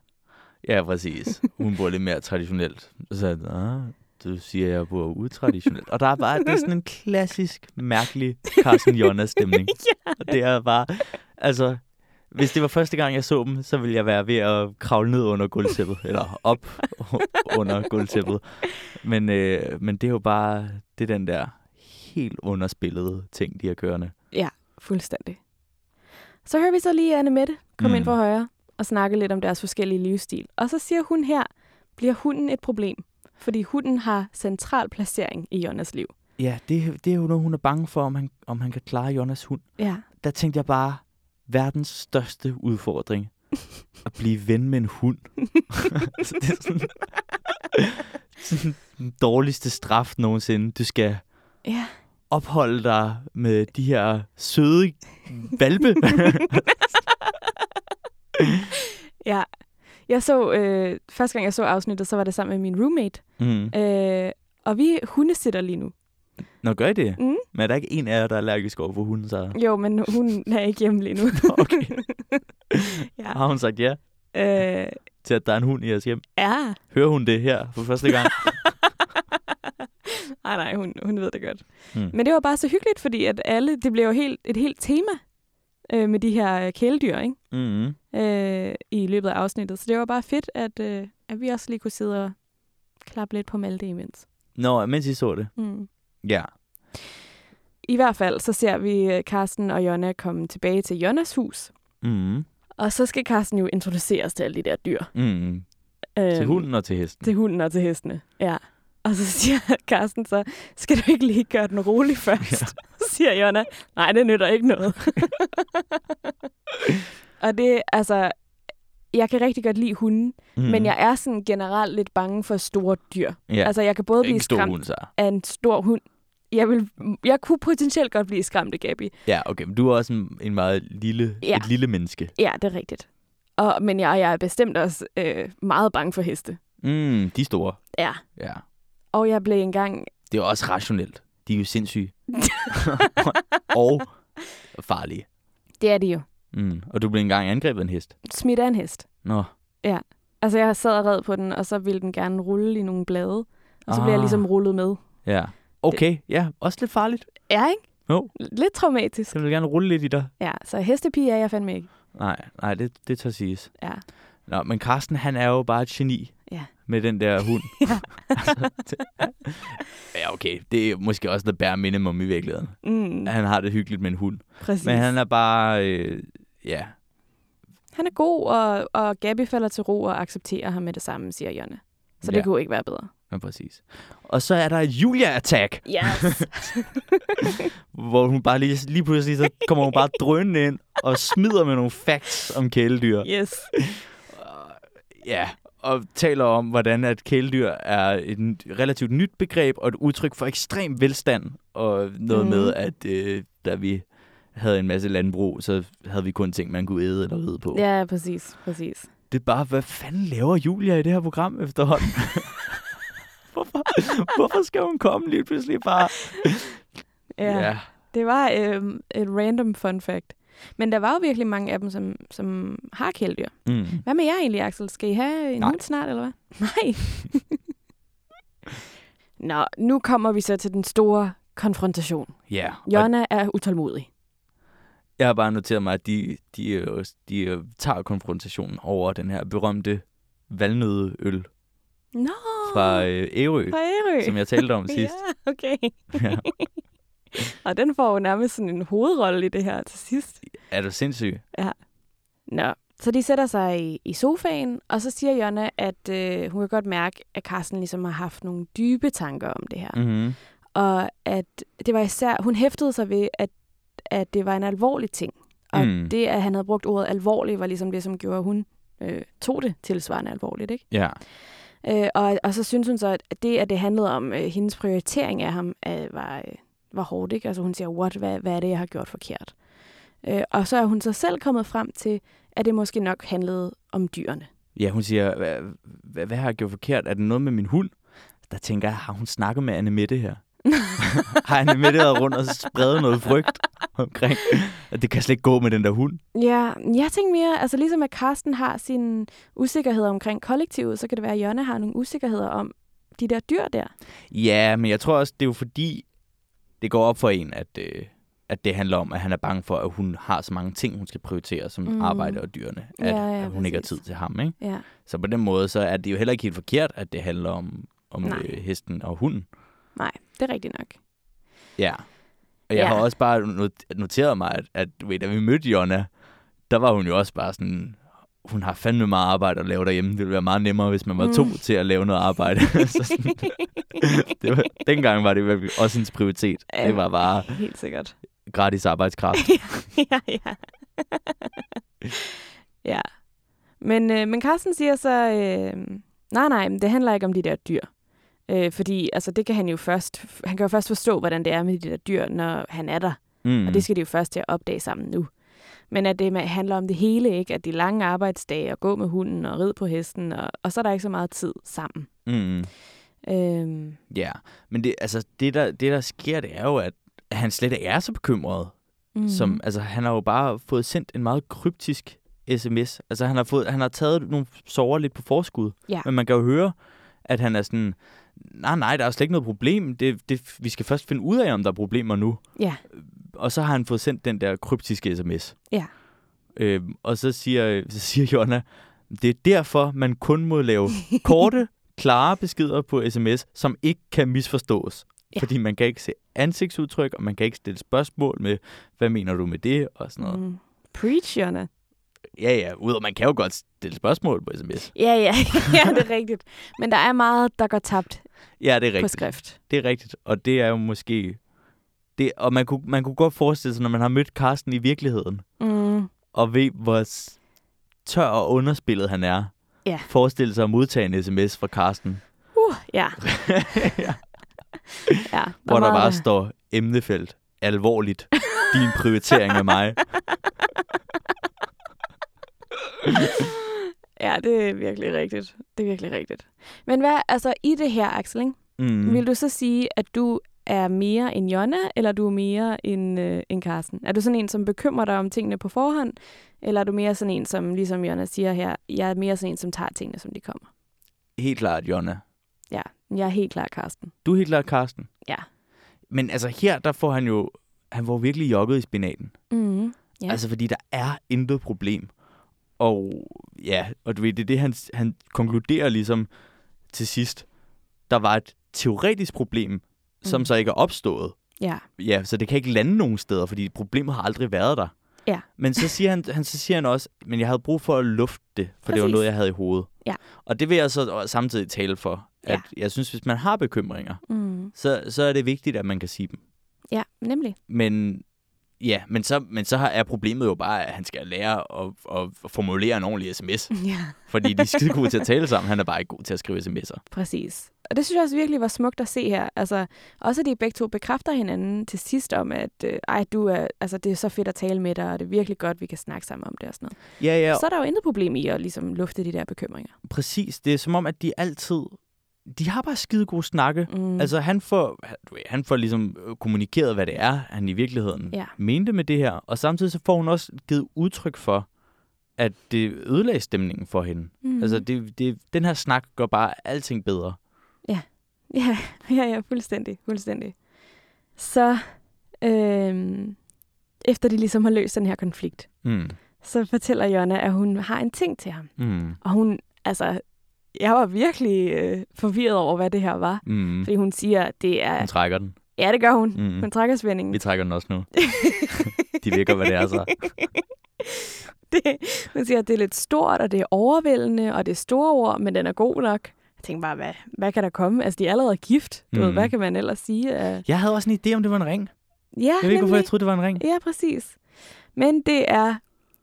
ja præcis. Hun bor lidt mere traditionelt. Så ah, du siger, at jeg bor utraditionelt. Og der er bare det er sådan en klassisk, mærkelig Carsten Jonas stemning. ja. Og det er bare, altså, hvis det var første gang, jeg så dem, så ville jeg være ved at kravle ned under gulvtæppet, eller op under gulvtæppet. Men, øh, men det er jo bare, det er den der helt underspillede ting, de har kørende.
Fuldstændig. Så hører vi så lige Anne Mette komme mm.
Mm.
ind fra højre og snakke lidt om deres forskellige livsstil. Og så siger hun her, bliver hunden et problem? Fordi hunden har central placering i Jonnas liv.
Ja, det, det er jo noget, hun er bange for, om han, om han kan klare Jonas hund.
Ja.
Der tænkte jeg bare, verdens største udfordring, at blive ven med en hund. altså, det er sådan, sådan den dårligste straf nogensinde. Du skal
Ja.
opholde dig med de her søde valpe.
ja. Jeg så, øh, første gang jeg så afsnittet, så var det sammen med min roommate.
mm.
Øh, og vi hundesitter lige nu.
Nå, gør I det?
Mm.
Men er der ikke en af jer, der er allergisk over for hunden, så
Jo, men hun er ikke hjemme lige nu.
okay.
ja.
har hun sagt ja
Øh,
til, at der er en hund i jeres hjem?
ja.
Hører hun det her for første gang?
Ej, nej, hun, hun ved det godt.
Mm.
Men det var bare så hyggeligt, fordi at alle, det blev jo helt, et helt tema øh, med de her øh, kæledyr ikke?
mm-hmm.
Øh, i løbet af afsnittet. Så det var bare fedt, at, øh, at vi også lige kunne sidde og klappe lidt på Malte imens.
Nå, mens I så det.
Mm.
Ja.
I hvert fald, så ser vi øh, Carsten og Jonna komme tilbage til Jonnas hus.
Mm-hmm.
Og så skal Carsten jo introduceres til alle de der dyr.
Mm-hmm. Til
Øhm,
hunden og til hesten.
Til hunden og til hestene, ja. Og så siger Carsten så, skal du ikke lige gøre den rolig først? Ja. Så siger Jonna, nej, det nytter ikke noget. og det, altså, jeg kan rigtig godt lide hunden, mm. men jeg er sådan generelt lidt bange for store dyr.
Mhm. ja.
Ja. Altså, jeg kan både
ikke
blive
en stor
skræmt
hund, så.
af en stor hund. Jeg, vil, jeg kunne potentielt godt blive skræmt af Gabi.
Ja, okay, men du er også en, en meget lille,
Ja.
ja. et lille menneske.
Ja, det er rigtigt. Og, men jeg, jeg er bestemt også øh, meget bange for heste.
Mm, de er store.
Ja.
Ja.
Og jeg blev engang
Det er også rationelt. De er jo sindssyge. og farlige.
det er det jo,
Mm. Og du blev engang angrebet af en hest.
smidt af en hest.
Nå.
Altså, jeg sad og red på den, og så ville den gerne rulle i nogle blade. Og så ah. blev jeg
Ah.
ligesom rullet med.
Ja. Okay, ja. Også lidt farligt.
Ja, ikke?
Jo.
Lidt traumatisk.
Så vil jeg gerne rulle lidt i dig.
Ja, så hestepige er jeg fandme ikke.
Nej, nej, det, det tør siges.
Ja.
Nå, men Carsten, han er jo bare et geni
Ja.
med den der hund. ja. altså, det, ja, okay. Det er måske også the bare minimum i virkeligheden.
Mm, ja,
Han har det hyggeligt med en hund.
præcis.
Men han er bare, øh, ja,
han er god, og, og Gabby falder til ro og accepterer ham med det samme, siger Jonna. Så det
Ja.
ja. kunne ikke være bedre.
Ja, præcis. Og så er der Julia Attack,
Yes.
hvor hun bare lige, lige pludselig så kommer hun bare drønende ind og smider med nogle facts om kæledyr.
yes.
Ja, og taler om, hvordan at kæledyr er et n- relativt nyt begreb og et udtryk for ekstrem velstand. Og noget mm.
Mhm.
med, at øh, da vi havde en masse landbrug, så havde vi kun ting, man kunne æde eller ride på.
Ja, præcis. præcis.
Det er bare, hvad fanden laver Julia i det her program efterhånden? hvorfor, hvorfor skal hun komme lige pludselig bare?
Ja. ja. Det var øhm, et random fun fact. Men der var jo virkelig mange af dem, som, som har kæledyr.
Mm.
Hvad med jer egentlig, Axel? Skal I have en
Nej.
hund snart, eller hvad? Nej. Nå, nu kommer vi så til den store konfrontation.
Ja, og
Jonna er utålmodig.
jeg har bare noteret mig, at de, de, øh, de øh, tager konfrontationen over den her berømte valnødeøl
Nå,
fra øh, Ærø,
fra Ærø.
som jeg talte om sidst.
Ah. Ja, okay.
Ja.
Og den får jo nærmest sådan en hovedrolle i det her til sidst.
Er du sindssyg?
Nå. Så de sætter sig i, i sofaen, og så siger Jonna, at øh, hun kan godt mærke, at Carsten ligesom har haft nogle dybe tanker om det her.
Mm-hmm.
Og at det var især, hun hæftede sig ved, at, at det var en alvorlig ting. Og
Mm.
mm. det, at han havde brugt ordet alvorlig, var ligesom det, som gjorde, at hun øh, tog det tilsvarende alvorligt. Ikke?
Ja.
Øh, og, og så synes hun så, at det, at det handlede om øh, hendes prioritering af ham, øh, var, øh, var hårdt. Ikke? Altså hun siger, What, hvad, hvad er det, jeg har gjort forkert? Øh, og så er hun så selv kommet frem til, at det måske nok handlede om dyrene.
ja, hun siger, "Hva- hva- hvad har jeg gjort forkert? Er det noget med min hund? Der tænker jeg, har hun snakket med Anne Mette her? har Anne Mette været rundt og spredt noget frygt omkring, at det kan slet ikke gå med den der hund?
Ja, jeg tænkte mere, altså ligesom at Karsten har sine usikkerheder omkring kollektivet, så kan det være, at Jonna har nogle usikkerheder om de der dyr der.
Ja, men jeg tror også, det er jo fordi, det går op for en, at, øh, at det handler om, at han er bange for, at hun har så mange ting, hun skal prioritere, som mm.
Mm.
arbejde og dyrene, at,
Ja, ja,
at hun ikke har
præcis.
tid til ham. Ikke?
Ja,
Så på den måde, så er det jo heller ikke helt forkert, at det handler om, om
Nej.
øh, hesten og hunden.
nej, det er rigtigt nok.
Ja. Og jeg ja.
Ja.
har også bare not- noteret mig, at, at du ved, da vi mødte Jonna, der var hun jo også bare sådan, hun har fandme meget arbejde at lave derhjemme. Det ville være meget nemmere, hvis man var to
Mm.
til at lave noget arbejde. så sådan, det var, dengang var det virkelig også hendes prioritet. Det var bare
Helt sikkert.
gratis arbejdskraft.
ja, ja. ja. Men, øh, men Carsten siger så, øh, nej, nej, men det handler ikke om de der dyr. Øh, fordi altså, det kan han jo først, han kan jo først forstå, hvordan det er med de der dyr, når han er der.
Mm.
Og det skal de jo først til at opdage sammen nu. Men at det med- handler om det hele, ikke? At de lange arbejdsdage, og gå med hunden, og ride på hesten, og, og så er der ikke så meget tid sammen.
mm.
Øhm,
Ja, men det, altså, det, der, det der sker, det er jo, at han slet ikke er så bekymret.
mm,
Mm. Som, altså, han har jo bare fået sendt en meget kryptisk sms. Altså, han har, fået, han har taget nogle sover lidt på forskud.
Ja.
Men man kan jo høre, at han er sådan, nej, nej, der er slet ikke noget problem. Det, det, vi skal først finde ud af, om der er problemer nu.
Ja.
Og så har han fået sendt den der kryptiske sms.
Ja.
Øh, og så siger, så siger Jonna, det er derfor, man kun må lave korte, klare beskeder på sms, som ikke kan misforstås. Ja.
Ja.
Fordi man kan ikke se ansigtsudtryk, og man kan ikke stille spørgsmål med, hvad mener du med det, og sådan noget. Mm.
Mm, Preach, Jonna. Mm.
Ja, ja, udover man kan jo godt stille spørgsmål på sms.
Ja, ja, ja, det er rigtigt. Men der er meget, der går tabt
Ja, det er
på
rigtigt.
skrift.
Det er rigtigt, og det er jo måske... Det, og man kunne, man kunne godt forestille sig, når man har mødt Carsten i virkeligheden,
Mm,
og ved, hvor s- tør og underspillet han er,
Ja.
forestille sig at modtage en sms fra Carsten,
uh, ja. ja
hvor der
meget
bare står emnefelt, alvorligt, din prioritering af mig.
Ja, det er virkelig rigtigt. Det er virkelig rigtigt. Men hvad, altså i det her, Axel, ikke?
Mm.
Mm. Vil du så sige, at du er mere en Jonna, eller du er mere en, øh, en Carsten? Er du sådan en, som bekymrer dig om tingene på forhånd, eller er du mere sådan en, som ligesom Jonna siger her, jeg er mere sådan en, som tager tingene, som de kommer?
Helt klart, Jonna.
Ja, jeg er helt klar Carsten.
Du er helt klart Carsten.
Ja.
Men altså her, der får han jo... Han var jo virkelig jogget i spinaten.
Mm.
Ja.
Ja.
Altså, fordi der er intet problem. Og ja, og du ved, det er det, han, han konkluderer ligesom til sidst. Der var et teoretisk problem, som
Mm.
så ikke er opstået.
Ja,
Ja, så det kan ikke lande nogen steder, fordi problemet har aldrig været der.
Ja.
Men så siger, han, han, så siger han også, men jeg havde brug for at lufte det, for Præcis. det var
Præcis.
noget, jeg havde i hovedet.
Ja.
Og det vil jeg så samtidig tale for, at
Ja.
jeg synes, hvis man har bekymringer,
Mm.
så, så er det vigtigt, at man kan sige dem.
Ja, nemlig.
Men ja, men så, men så har- er problemet jo bare, at han skal lære at, at formulere en ordentlig sms.
Ja.
Fordi de er skide gode til at tale sammen, han er bare ikke god til at skrive sms'er.
Præcis. Og det synes jeg også virkelig var smukt at se her. Altså, også at de begge to bekræfter hinanden til sidst om, at øh, ej, du er, altså, det er så fedt at tale med dig, og det er virkelig godt, vi kan snakke sammen om det og sådan noget.
Ja, ja,
Ja. Så er der jo intet problem i at ligesom, lufte de der bekymringer.
præcis. Det er som om, at de altid... De har bare skide gode snakke.
Mm.
Altså, han får, du ved, han får ligesom øh, kommunikeret, hvad det er, han i virkeligheden
Ja.
mente med det her. Og samtidig så får hun også givet udtryk for, at det ødelagde stemningen for hende. Mm.
mm.
Altså, det, det, den her snak gør bare alting bedre.
Ja, ja, ja, fuldstændig, fuldstændig. Så øhm, efter de ligesom har løst den her konflikt,
Mm.
så fortæller Jonna, at hun har en ting til ham.
Mm.
Og hun, altså, jeg var virkelig øh, forvirret over, hvad det her var.
Mm.
Fordi hun siger, at det er...
Hun trækker den.
Ja, det gør hun.
Mm.
Hun trækker spændingen.
Vi trækker den også nu. De virker, hvad det er så.
det, hun siger, at det er lidt stort, og det er overvældende, og det er store ord, men den er god nok. Jeg tænkte bare, hvad, hvad kan der komme? Altså, de er allerede gift. Du mm. ved,
Mm.
hvad kan man ellers sige? Uh... Ja, jeg
Jeg havde også en idé, om det var en ring. Jeg
Ah,
ved ikke, hvorfor jeg troede, det var en ring.
Ja, præcis. Men det er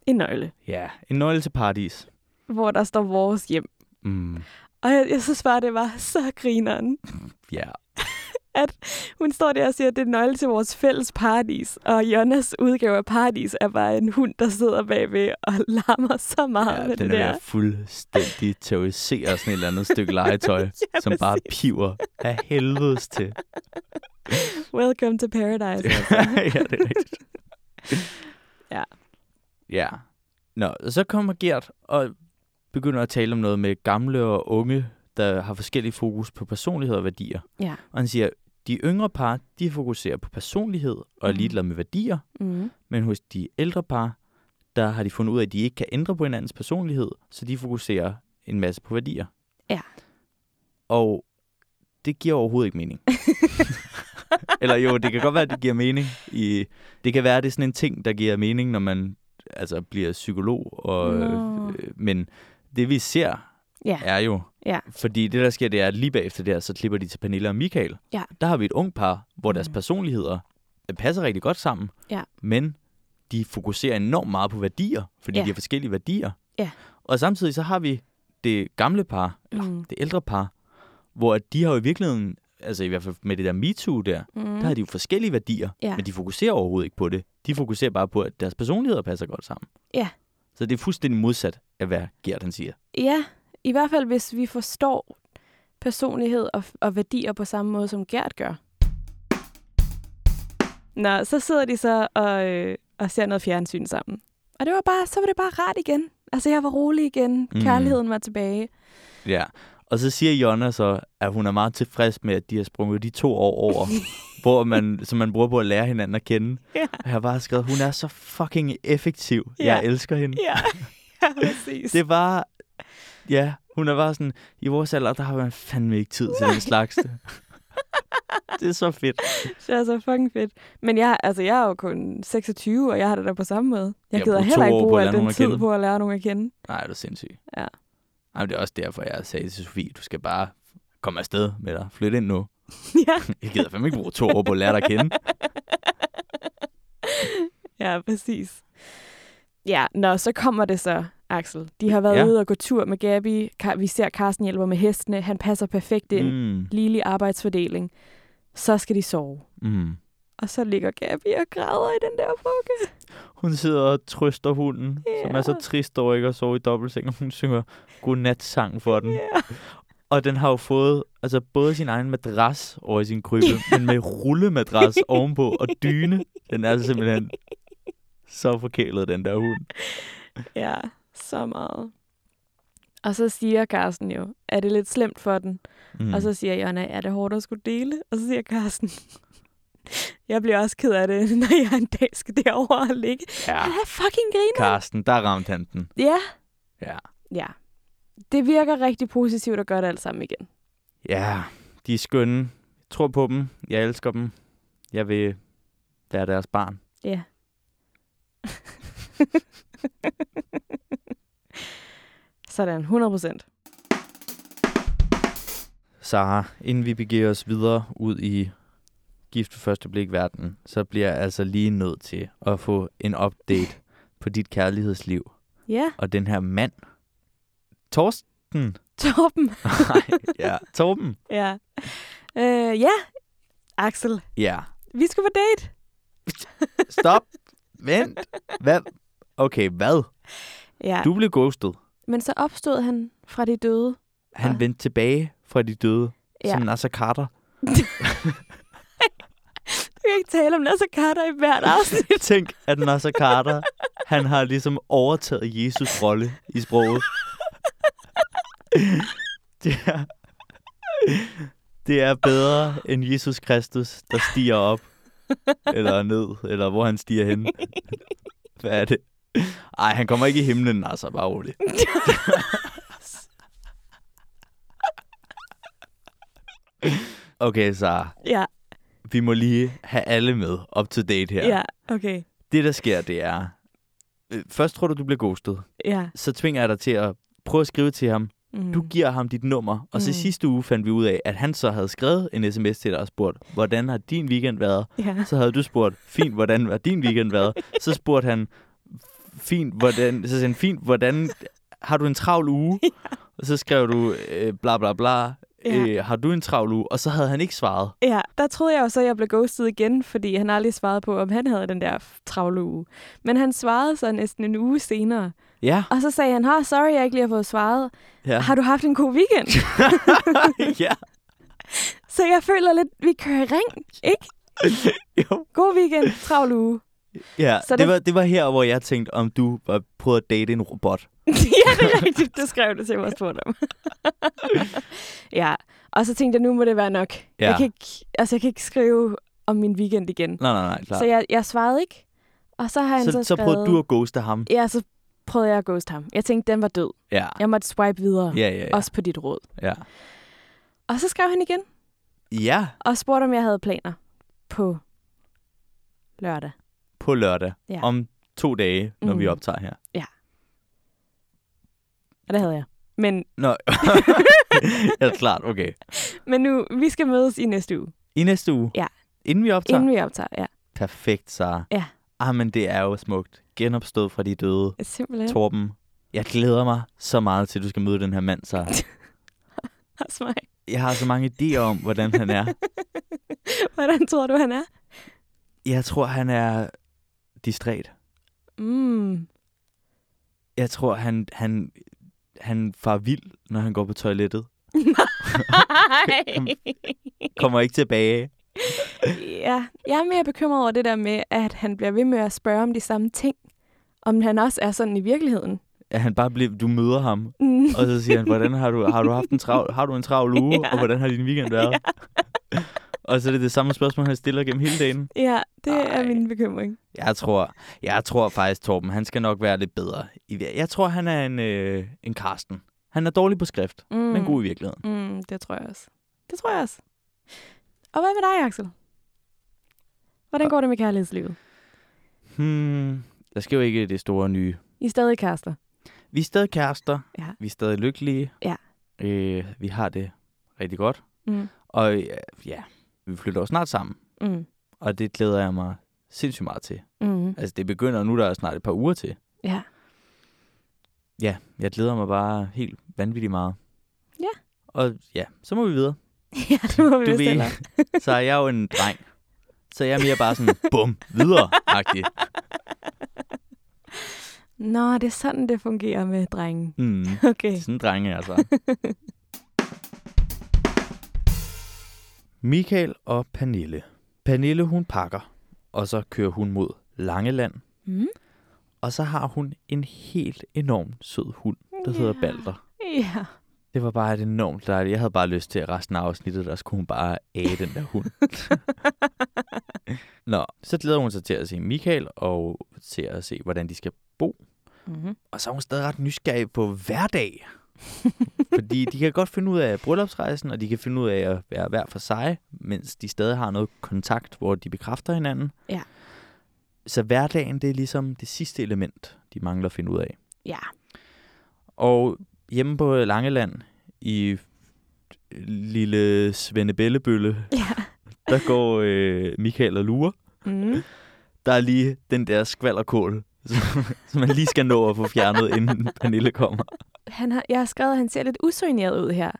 en nøgle,
Ja, en nøgle til paradis.
hvor der står vores hjem.
Mm.
Og jeg, jeg synes bare, det var så grineren.
Ja.
Hun står der og siger, at det er en nøgle til vores fælles paradis. Og Jonas udgave af paradis er bare en hund, der sidder bagved og larmer så meget ja,
ja
med
den
Ah, det
er ved
der.
at fuldstændig terrorisere sådan et eller andet stykke legetøj, ja, som bare piver af helvedes til.
Welcome to paradise.
ja, det er rigtigt.
altså. Ja.
Ja. Nå, og så kommer Gert og begynder at tale om noget med gamle og unge, der har forskellige fokus på personlighed og værdier.
Ja.
Og han siger, de yngre par, de fokuserer på personlighed og er
Mhm.
ligeglade med værdier,
Mm.
men hos de ældre par, der har de fundet ud af, at de ikke kan ændre på hinandens personlighed, så de fokuserer en masse på værdier.
Ja.
Og det giver overhovedet ikke mening. Eller jo, det kan godt være, at det giver mening. I, det kan være, at det er sådan en ting, der giver mening, når man altså, bliver psykolog. Og,
Nå.
øh, men det vi ser
Ja.
er jo,
Ja.
fordi det der sker, det er, at lige bagefter der, så klipper de til Pernille og Michael.
Ja.
Der har vi et ung par, hvor deres
Mhm.
personligheder øh, passer rigtig godt sammen.
Ja.
Men de fokuserer enormt meget på værdier, fordi
Ja.
de har forskellige værdier.
Ja.
Og samtidig så har vi det gamle par, eller
Mm.
mm. det ældre par, hvor de har jo i virkeligheden, altså i hvert fald med det der MeToo der, mm.
Mm.
der har de jo forskellige værdier,
Ja.
men de fokuserer overhovedet ikke på det. De fokuserer bare på, at deres personligheder passer godt sammen.
Ja.
Så det er fuldstændig modsat af, hvad Gert han siger.
Ja, i hvert fald hvis vi forstår personlighed og, og værdier på samme måde, som Gert gør. Nå, så sidder de så og, øh, og ser noget fjernsyn sammen. Og det var bare, så var det bare rart igen. Altså, jeg var rolig igen.
Mm.
Kærligheden var tilbage.
Ja, og så siger Jonna så, at hun er meget tilfreds med, at de har sprunget de to år over, hvor man, som man bruger på at lære hinanden at kende.
Ja.
Og jeg har bare skrevet, hun er så fucking effektiv.
Ja.
Jeg elsker hende.
Ja, ja præcis.
Det var, ja, hun er bare sådan, i vores alder, der har man fandme ikke tid til den slags. det er så fedt.
Det er så fucking fedt. Men jeg, altså, jeg er jo kun 26, og jeg har det da på samme måde. Jeg
Ja,
gider
brug to
heller ikke
år på
bruge
at
al
lære
den
nogen at
tid
kende.
på at lære nogen at kende.
Nej, du er sindssyg.
Ja.
Ej, men det er også derfor, jeg sagde til Sofie, du skal bare komme afsted med dig. Flyt ind nu.
ja.
Jeg gider fandme ikke bruge to år på at lære dig at kende.
Ja, præcis. Ja, nå, så kommer det så, Axel. De har været
Ja.
ja. ude og gå tur med Gabi. Ka- Vi ser, Carsten hjælper med hestene. Han passer perfekt ind. Mm.
Mm,
Ligelig arbejdsfordeling. Så skal de sove.
mm.
Og så ligger Gabi og græder i den der frukke.
Hun sidder og trøster hunden, yeah. som er så
Ja.
trist over ikke at sove i dobbeltseng, og hun synger godnatsang for den.
Ja.
Og den har jo fået altså, både sin egen madras over i sin krybbe, men med rullemadras ovenpå og dyne. Den er simpelthen så forkælet, den der hund.
ja, så meget. Og så siger Carsten jo, er det lidt slemt for den?
Mm.
Mm. Og så siger Jonna, er det hårdt at skulle dele? Og så siger Carsten, jeg bliver også ked af det, når jeg en dag skal derover og ligge.
ja,
Han er fucking griner.
Karsten, der ramte han den.
Ja.
Ja.
Ja. Det virker rigtig positivt at gøre det alt sammen igen.
Ja, de er skønne. Jeg tror på dem. Jeg elsker dem. Jeg vil være deres barn.
Ja. Sådan, 100 procent.
Sara, inden vi begiver os videre ud i gift ved første blik verden, så bliver jeg altså lige nødt til at få en update på dit kærlighedsliv.
Ja,
Og den her mand, Torsten,
Torben.
nej, ja, Torben,
Ja. Øh, ja, Axel.
ja,
Vi skal på date.
stop, vent, hvad, okay, hvad?
Ja.
Du blev ghosted.
Men så opstod han fra de døde.
Han
Ja.
vendte tilbage fra de døde, ja.
Ja.
som Nasser Carter.
Du kan ikke tale om Nasser Carter i hvert afsnit.
Tænk, at Nasser Carter, han har ligesom overtaget Jesus' rolle i sproget. Det er, det er bedre end Jesus Kristus, der stiger op, eller ned, eller hvor han stiger hen. Hvad er det? Ej, han kommer ikke i himlen, Nasser, bare roligt. Okay, så
ja,
vi må lige have alle med up to date her.
ja, ja, okay.
Det, der sker, det er... øh, Først tror du, du bliver ghostet.
Ja.
Så tvinger jeg dig til at prøve at skrive til ham.
Mm.
Du giver ham dit nummer. Og så
Mm.
sidste uge fandt vi ud af, at han så havde skrevet en sms til dig og spurgt, hvordan har din weekend været?
ja.
Så havde du spurgt, fint, hvordan har din weekend været? Så spurgte han, fint, hvordan... Så sagde han, fint, hvordan... Har du en travl uge? Og så skrev du, øh, bla bla bla,
Ja.
øh, har du en travl uge? Og så havde han ikke svaret.
Ja, der troede jeg jo så, at jeg blev ghostet igen, fordi han aldrig svarede på, om han havde den der f- travle uge. Men han svarede så næsten en uge senere.
Ja,
Og så sagde han, "Hå, sorry, jeg ikke lige har fået svaret.
ja.
Har du haft en god weekend?
ja.
Så jeg føler lidt, vi kører i ring, ikke?
Jo.
God weekend, travl uge.
Ja,
Så
det, det,
det-
var, det var her, hvor jeg tænkte, om du var prøvet at date en robot.
ja, det er rigtigt. Det skrev du til mig og spurgte om. ja, og så tænkte jeg, nu må det være nok.
Ja.
Jeg, kan ikke, altså, jeg kan ikke skrive om min weekend igen.
Nej, nej, nej, klart.
Så jeg, jeg svarede ikke. Og så har han
så,
så,
så,
skrevet...
prøvede du at ghoste ham.
Ja, så prøvede jeg at ghoste ham. Jeg tænkte, den var død.
Ja,
Jeg måtte swipe videre, ja.
ja, ja. Ja,
også på dit råd.
ja.
Og så skrev han igen,
ja
og spurgte, om jeg havde planer på lørdag.
på lørdag.
Ja.
Om to dage, når mm. vi
Mhm.
optager her.
Og det havde jeg. Men,
Nå, ja, klart, okay.
men nu, vi skal mødes i næste uge,
I næste uge?
Ja.
Inden vi optager?
inden vi optager. Ja,
Perfekt, Sara.
Ja.
Ah, men det er jo smukt. Genopstået fra de døde.
simpelthen.
Torben, jeg glæder mig så meget til, at du skal møde den her mand, Sara.
Også mig.
Jeg har så mange idéer om, hvordan han er.
Hvordan tror du, han er?
Jeg tror, han er distræt.
Mm.
Jeg tror, han, han, han far vild, når han går på toilettet. Kommer ikke tilbage.
ja, jeg er mere bekymret over det der med, at han bliver ved med at spørge om de samme ting. Om han også er sådan i virkeligheden.
At han bare bliver, du møder ham,
Mm.
og så siger han, hvordan har du, har du haft en travl, har du en travl uge,
Ja.
og hvordan har din weekend været? og så er det det samme spørgsmål, han stiller gennem hele dagen.
Ja, det
Ej.
er min bekymring.
Jeg tror, jeg tror faktisk, Torben, han skal nok være lidt bedre. i- Jeg tror, han er en, øh, en Karsten. Han er dårlig på skrift,
Mm.
mm. men god i virkeligheden.
Mm, det tror jeg også. Det tror jeg også. Og hvad med dig, Axel? Hvordan går det med kærlighedslivet?
Hmm, der sker jo ikke det store nye.
I er stadig kærester.
Vi er stadig kærester.
Ja.
Vi er stadig lykkelige.
Ja.
Øh, vi har det rigtig godt.
Mm.
Og øh, ja, vi flytter jo snart sammen.
Mm.
Og det glæder jeg mig sindssygt meget til.
Mm.
Altså, det begynder nu, der er snart et par uger til.
Ja.
Ja, jeg glæder mig bare helt vanvittigt meget.
Ja.
Og ja, så må vi videre.
ja, det må vi
Du
vist
ved-
hellere.
Så er jeg jo en dreng. Så jeg er mere bare sådan, bum, videre -agtig.
Nå, det er sådan, det fungerer med drengen.
Mm.
Okay.
Sådan en dreng er jeg altså. så. Michael og Pernille. Pernille, hun pakker, og så kører hun mod Langeland,
Mm.
og så har hun en helt enorm sød hund, der hedder
Ja.
Balder.
Ja.
Det var bare et enormt dejligt. Jeg havde bare lyst til, at resten af afsnittet, der skulle hun bare æde den der hund. Nå, så glæder hun sig til at se Michael, og til at se, hvordan de skal
Mm.
Og så er hun stadig ret nysgerrig på hverdag. Fordi de kan godt finde ud af bryllupsrejsen, og de kan finde ud af at være hver for sig, mens de stadig har noget kontakt, hvor de bekræfter hinanden.
Ja.
Så hverdagen, det er ligesom det sidste element, de mangler at finde ud af.
Ja.
Og hjemme på Langeland, i øh, lille Svendebællebølle,
ja.
der går øh, Michael og lurer.
Mm.
Der er lige den der skvallerkål, som, som man lige skal nå at få fjernet, inden Pernille kommer.
Han har, jeg har skrevet, at han ser lidt usøgneret ud her.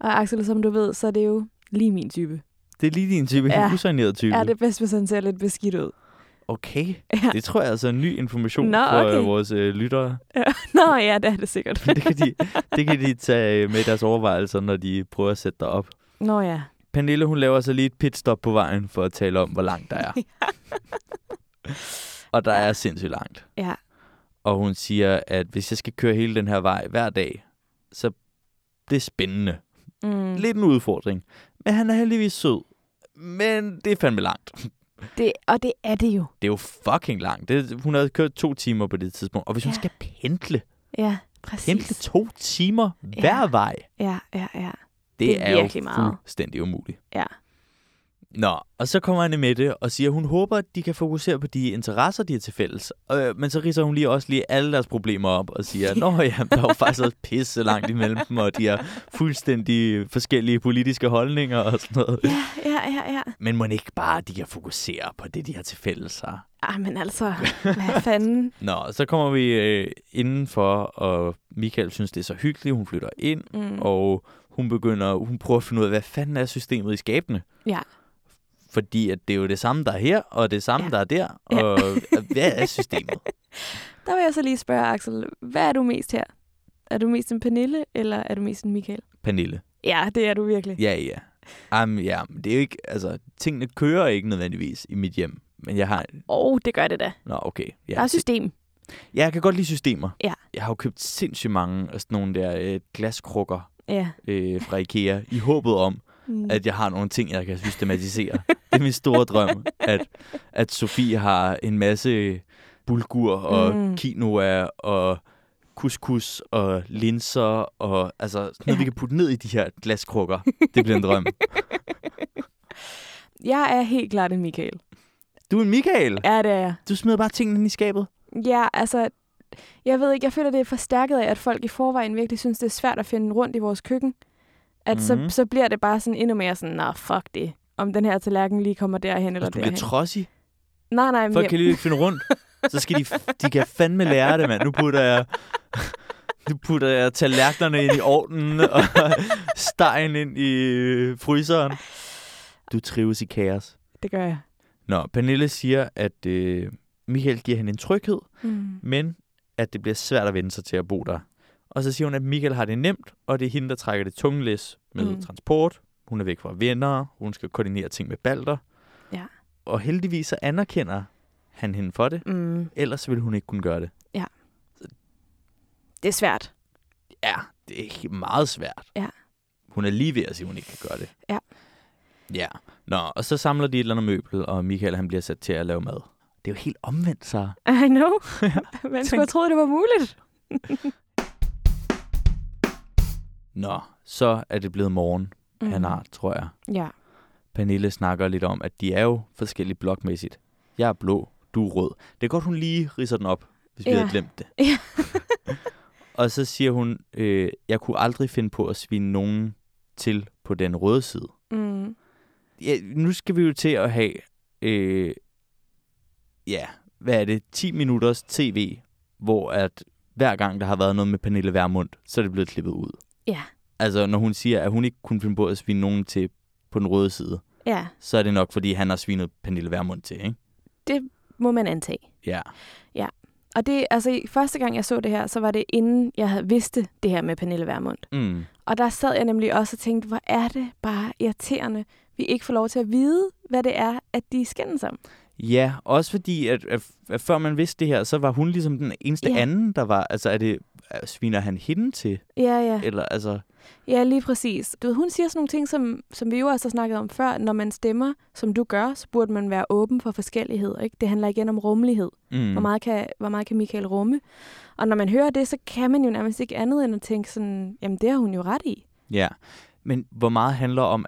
Og Axel, som du ved, så er det jo lige min type.
Det er lige din type, ja.
Ja.
en usøgneret type.
Er det bedst, hvis han ser lidt beskidt ud?
Okay,
Ja.
det tror jeg altså er ny information
Nå,
for øh,
okay.
vores øh, lyttere.
Nå ja, det er det sikkert.
det, kan de, det kan de tage øh, med i deres overvejelser, når de prøver at sætte dig op.
Nå ja.
Pernille, hun laver så lige et pitstop på vejen for at tale om, hvor langt der er. og der er sindssygt langt.
Ja.
Og hun siger, at hvis jeg skal køre hele den her vej hver dag, så det er spændende.
Mm.
Lidt en udfordring. Men han er heldigvis sød. Men det er fandme langt.
Det, og det er det jo.
Det er jo fucking langt. Det, hun havde kørt to timer på det tidspunkt. Og hvis ja. hun
Ja.
skal pendle,
Ja, præcis.
pendle to timer hver
Ja.
vej,
Ja, ja, ja.
det,
Det er
er, jo
virkelig meget.
fuldstændig umuligt.
Ja.
Nå, og så kommer Anne Mette og siger, at hun håber, at de kan fokusere på de interesser, de har til fælles. Øh, men så riser hun lige også lige alle deres problemer op og siger, at ja, der er jo faktisk også pisse langt imellem dem, og de har fuldstændig forskellige politiske holdninger og sådan noget.
Ja, ja, ja, ja.
Men må ikke bare, at de kan fokusere på det, de har til fælles her?
Ah, men altså, hvad fanden?
Nå, så kommer vi øh, indenfor, og Michael synes, det er så hyggeligt. Hun flytter ind,
Mm.
og hun begynder, hun prøver at finde ud af, hvad fanden er systemet i skabene?
Ja.
Fordi at det er jo det samme, der er her, og det samme, ja.
Ja.
der er der,
Ja.
og hvad er systemet?
Der vil jeg så lige spørge, Axel, hvad er du mest her? Er du mest en Pernille, eller er du mest en Michael?
Pernille.
Ja, det er du virkelig.
Ja, ja. Jamen, ja, men det er jo ikke, altså, tingene kører ikke nødvendigvis i mit hjem. Men jeg har,
Åh, oh, det gør det da.
nå okay.
Der
Ja,
er system.
ja, jeg kan godt lide systemer.
Ja.
Jeg har jo købt sindssygt mange af sådan nogle der øh, glaskrukker
Ja.
øh, fra Ikea, i håbet om,
Mm.
at jeg har nogle ting, jeg kan systematisere. det er min store drøm, at, at Sofie har en masse bulgur og mm.
Mm.
quinoa og couscous og linser og altså sådan noget, ja.
Ja.
vi kan putte ned i de her glaskrukker. Det bliver en drøm.
Jeg er helt klart en Michael.
Du er en Michael.
Ja, det er jeg.
Du smider bare tingene ind i skabet.
Ja, altså, jeg ved ikke, jeg føler, det er forstærket af, at folk i forvejen virkelig synes, det er svært at finde rundt i vores køkken. At
Mhm.
mm-hmm. så, så bliver det bare sådan endnu mere sådan, nå, fuck det. Om den her tallerken lige kommer derhen eller
Og Altså, du bliver
derhen.
trodsig.
nej, nej, men
Folk
jeg-
kan lige ikke finde rundt. Så skal de, de kan fandme lære det, mand. Nu putter jeg, nu putter jeg tallerkenerne ind i ovnen og stegen ind i fryseren. Du trives i kaos.
det gør jeg.
Nå, Pernille siger, at øh, Michael giver hende en tryghed,
Mm.
men at det bliver svært at vende sig til at bo der. Og så siger hun, at Michael har det nemt, og det er hende, der trækker det tunge læs med mm.
Mm.
transport. Hun er væk fra venner, hun skal koordinere ting med Balder.
Ja.
Og heldigvis så anerkender han hende for det,
Mm.
ellers ville hun ikke kunne gøre det.
Det er svært.
Ja, det er he- meget svært.
Ja.
Hun er lige ved at sige, at hun ikke kan gøre det.
Ja.
Ja. Nå, og så samler de et eller andet møbel, og Michael han bliver sat til at lave mad. Det er jo helt omvendt, så.
I know. Man skulle have troet, det var muligt.
Nå, så er det blevet morgen,
Mhm.
mm. han har, tror jeg.
Mm. Ja.
Pernille snakker lidt om, at de er jo forskellige blokmæssigt. Jeg er blå, du er rød. Det er godt, hun lige ridser den op, hvis vi
Ja.
havde glemt det.
Ja.
og så siger hun, øh, jeg kunne aldrig finde på at svine nogen til på den røde side.
Mm.
ja, nu skal vi jo til at have, øh, ja, hvad er det, 10 minutters tv, hvor at hver gang der har været noget med Pernille Vermund, så er det blevet klippet ud.
Ja.
Altså, når hun siger, at hun ikke kunne finde på at svine nogen til på den røde side,
Ja,
så er det nok, fordi han har svinet Pernille Vermund til, ikke?
må man antage.
Ja.
Og det, altså, i- første gang jeg så det her, så var det inden jeg havde vidste det her med Pernille Vermund.
Mm.
Og der sad jeg nemlig også og tænkte, hvor er det bare irriterende, vi ikke får lov til at vide, hvad det er, at de skændes om.
Ja, også fordi, at, at, at før man vidste det her, så var hun ligesom den eneste
Ja.
anden, der var, altså er det, sviner han hende til?
Ja, ja.
Eller altså,
Ja, lige præcis. Du ved, hun siger sådan nogle ting, som, som vi jo også har snakket om før. Når man stemmer, som du gør, så burde man være åben for forskellighed. Ikke? Det handler igen om rummelighed.
mm.
Hvor, meget kan, hvor meget kan Michael rumme? Og når man hører det, så kan man jo nærmest ikke andet end at tænke sådan, jamen det har hun jo ret i.
Ja, men hvor meget handler om,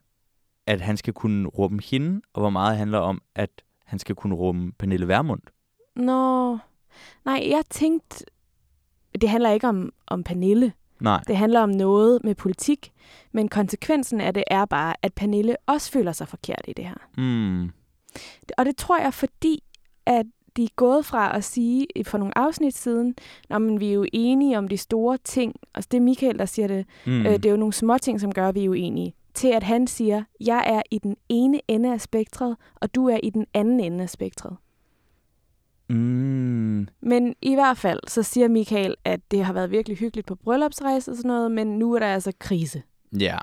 at han skal kunne rumme hende, og hvor meget handler om, at han skal kunne rumme Pernille Vermund?
Nå, nej, jeg tænkte, det handler ikke om, om Pernille.
Nej.
Det handler om noget med politik, men konsekvensen af det er bare, at Pernille også føler sig forkert i det her.
Mm.
Og det tror jeg, fordi at de er gået fra at sige for nogle afsnit siden, når men vi er jo enige om de store ting, og det er Michael, der siger det,
Mm.
mm. øh, det er jo nogle små ting, som gør, at vi er uenige, til at han siger, jeg er i den ene ende af spektret, og du er i den anden ende af spektret.
Mm.
Men i hvert fald, så siger Michael, at det har været virkelig hyggeligt på bryllupsrejse og sådan noget, men nu er der altså krise.
Ja.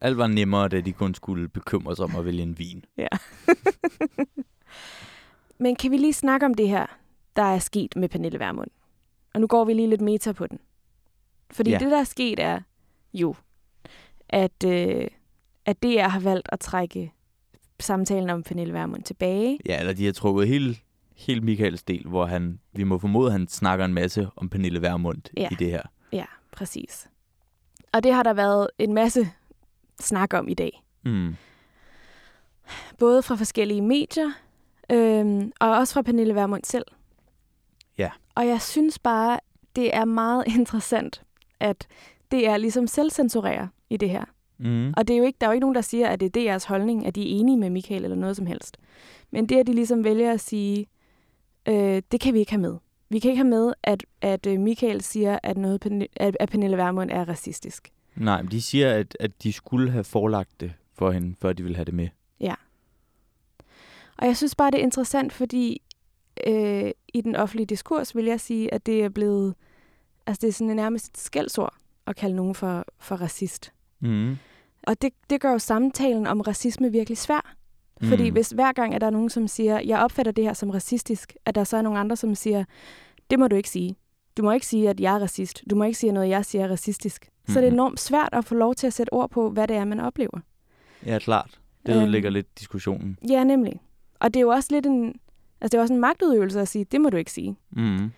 Alt var nemmere, da de kun skulle bekymre sig om at vælge en vin.
Men kan vi lige snakke om det her, der er sket med Pernille Vermund? Og nu går vi lige lidt meta på den. Fordi
Ja.
ja. det, der er sket, er jo, at, øh, at DR har valgt at trække samtalen om Pernille Vermund tilbage.
Ja, eller de har trukket hele, hele Michaels del, hvor han, vi må formode, han snakker en masse om Pernille Vermund
Ja.
i det her.
Ja, præcis. Og det har der været en masse snak om i dag.
Mm.
Både fra forskellige medier, øhm, og også fra Pernille Vermund selv.
Ja.
Og jeg synes bare, det er meget interessant, at det er ligesom selvcensurerer i det her.
Mm.
Og det er jo ikke, der er jo ikke nogen, der siger, at det er DR's holdning, at de er enige med Michael eller noget som helst. Men det, at de ligesom vælger at sige, øh, det kan vi ikke have med. Vi kan ikke have med, at, at øh, Michael siger, at, noget, Pern- at, at Pernille Vermund er racistisk.
Nej, men de siger, at, at de skulle have forelagt det for hende, før de ville have det med.
Og jeg synes bare, det er interessant, fordi øh, i den offentlige diskurs vil jeg sige, at det er blevet... Altså, det er sådan nærmest et skældsord at kalde nogen for, for racist.
Mm.
Og det, det gør jo samtalen om racisme virkelig svær. Fordi
Mm.
hvis hver gang, at der er nogen, som siger, jeg opfatter det her som racistisk, at der så er nogle andre, som siger, det må du ikke sige. Du må ikke sige, at jeg er racist. Du må ikke sige, at noget, jeg siger er racistisk. Mm-hmm. Så er det er
Mhm.
enormt svært at få lov til at sætte ord på, hvad det er, man oplever.
Ja, klart. Det
Øhm.
ødelægger lidt diskussionen.
Ja, nemlig. Og det er jo også lidt en, altså det er også en magtudøvelse at sige, det må du ikke sige.
Mm.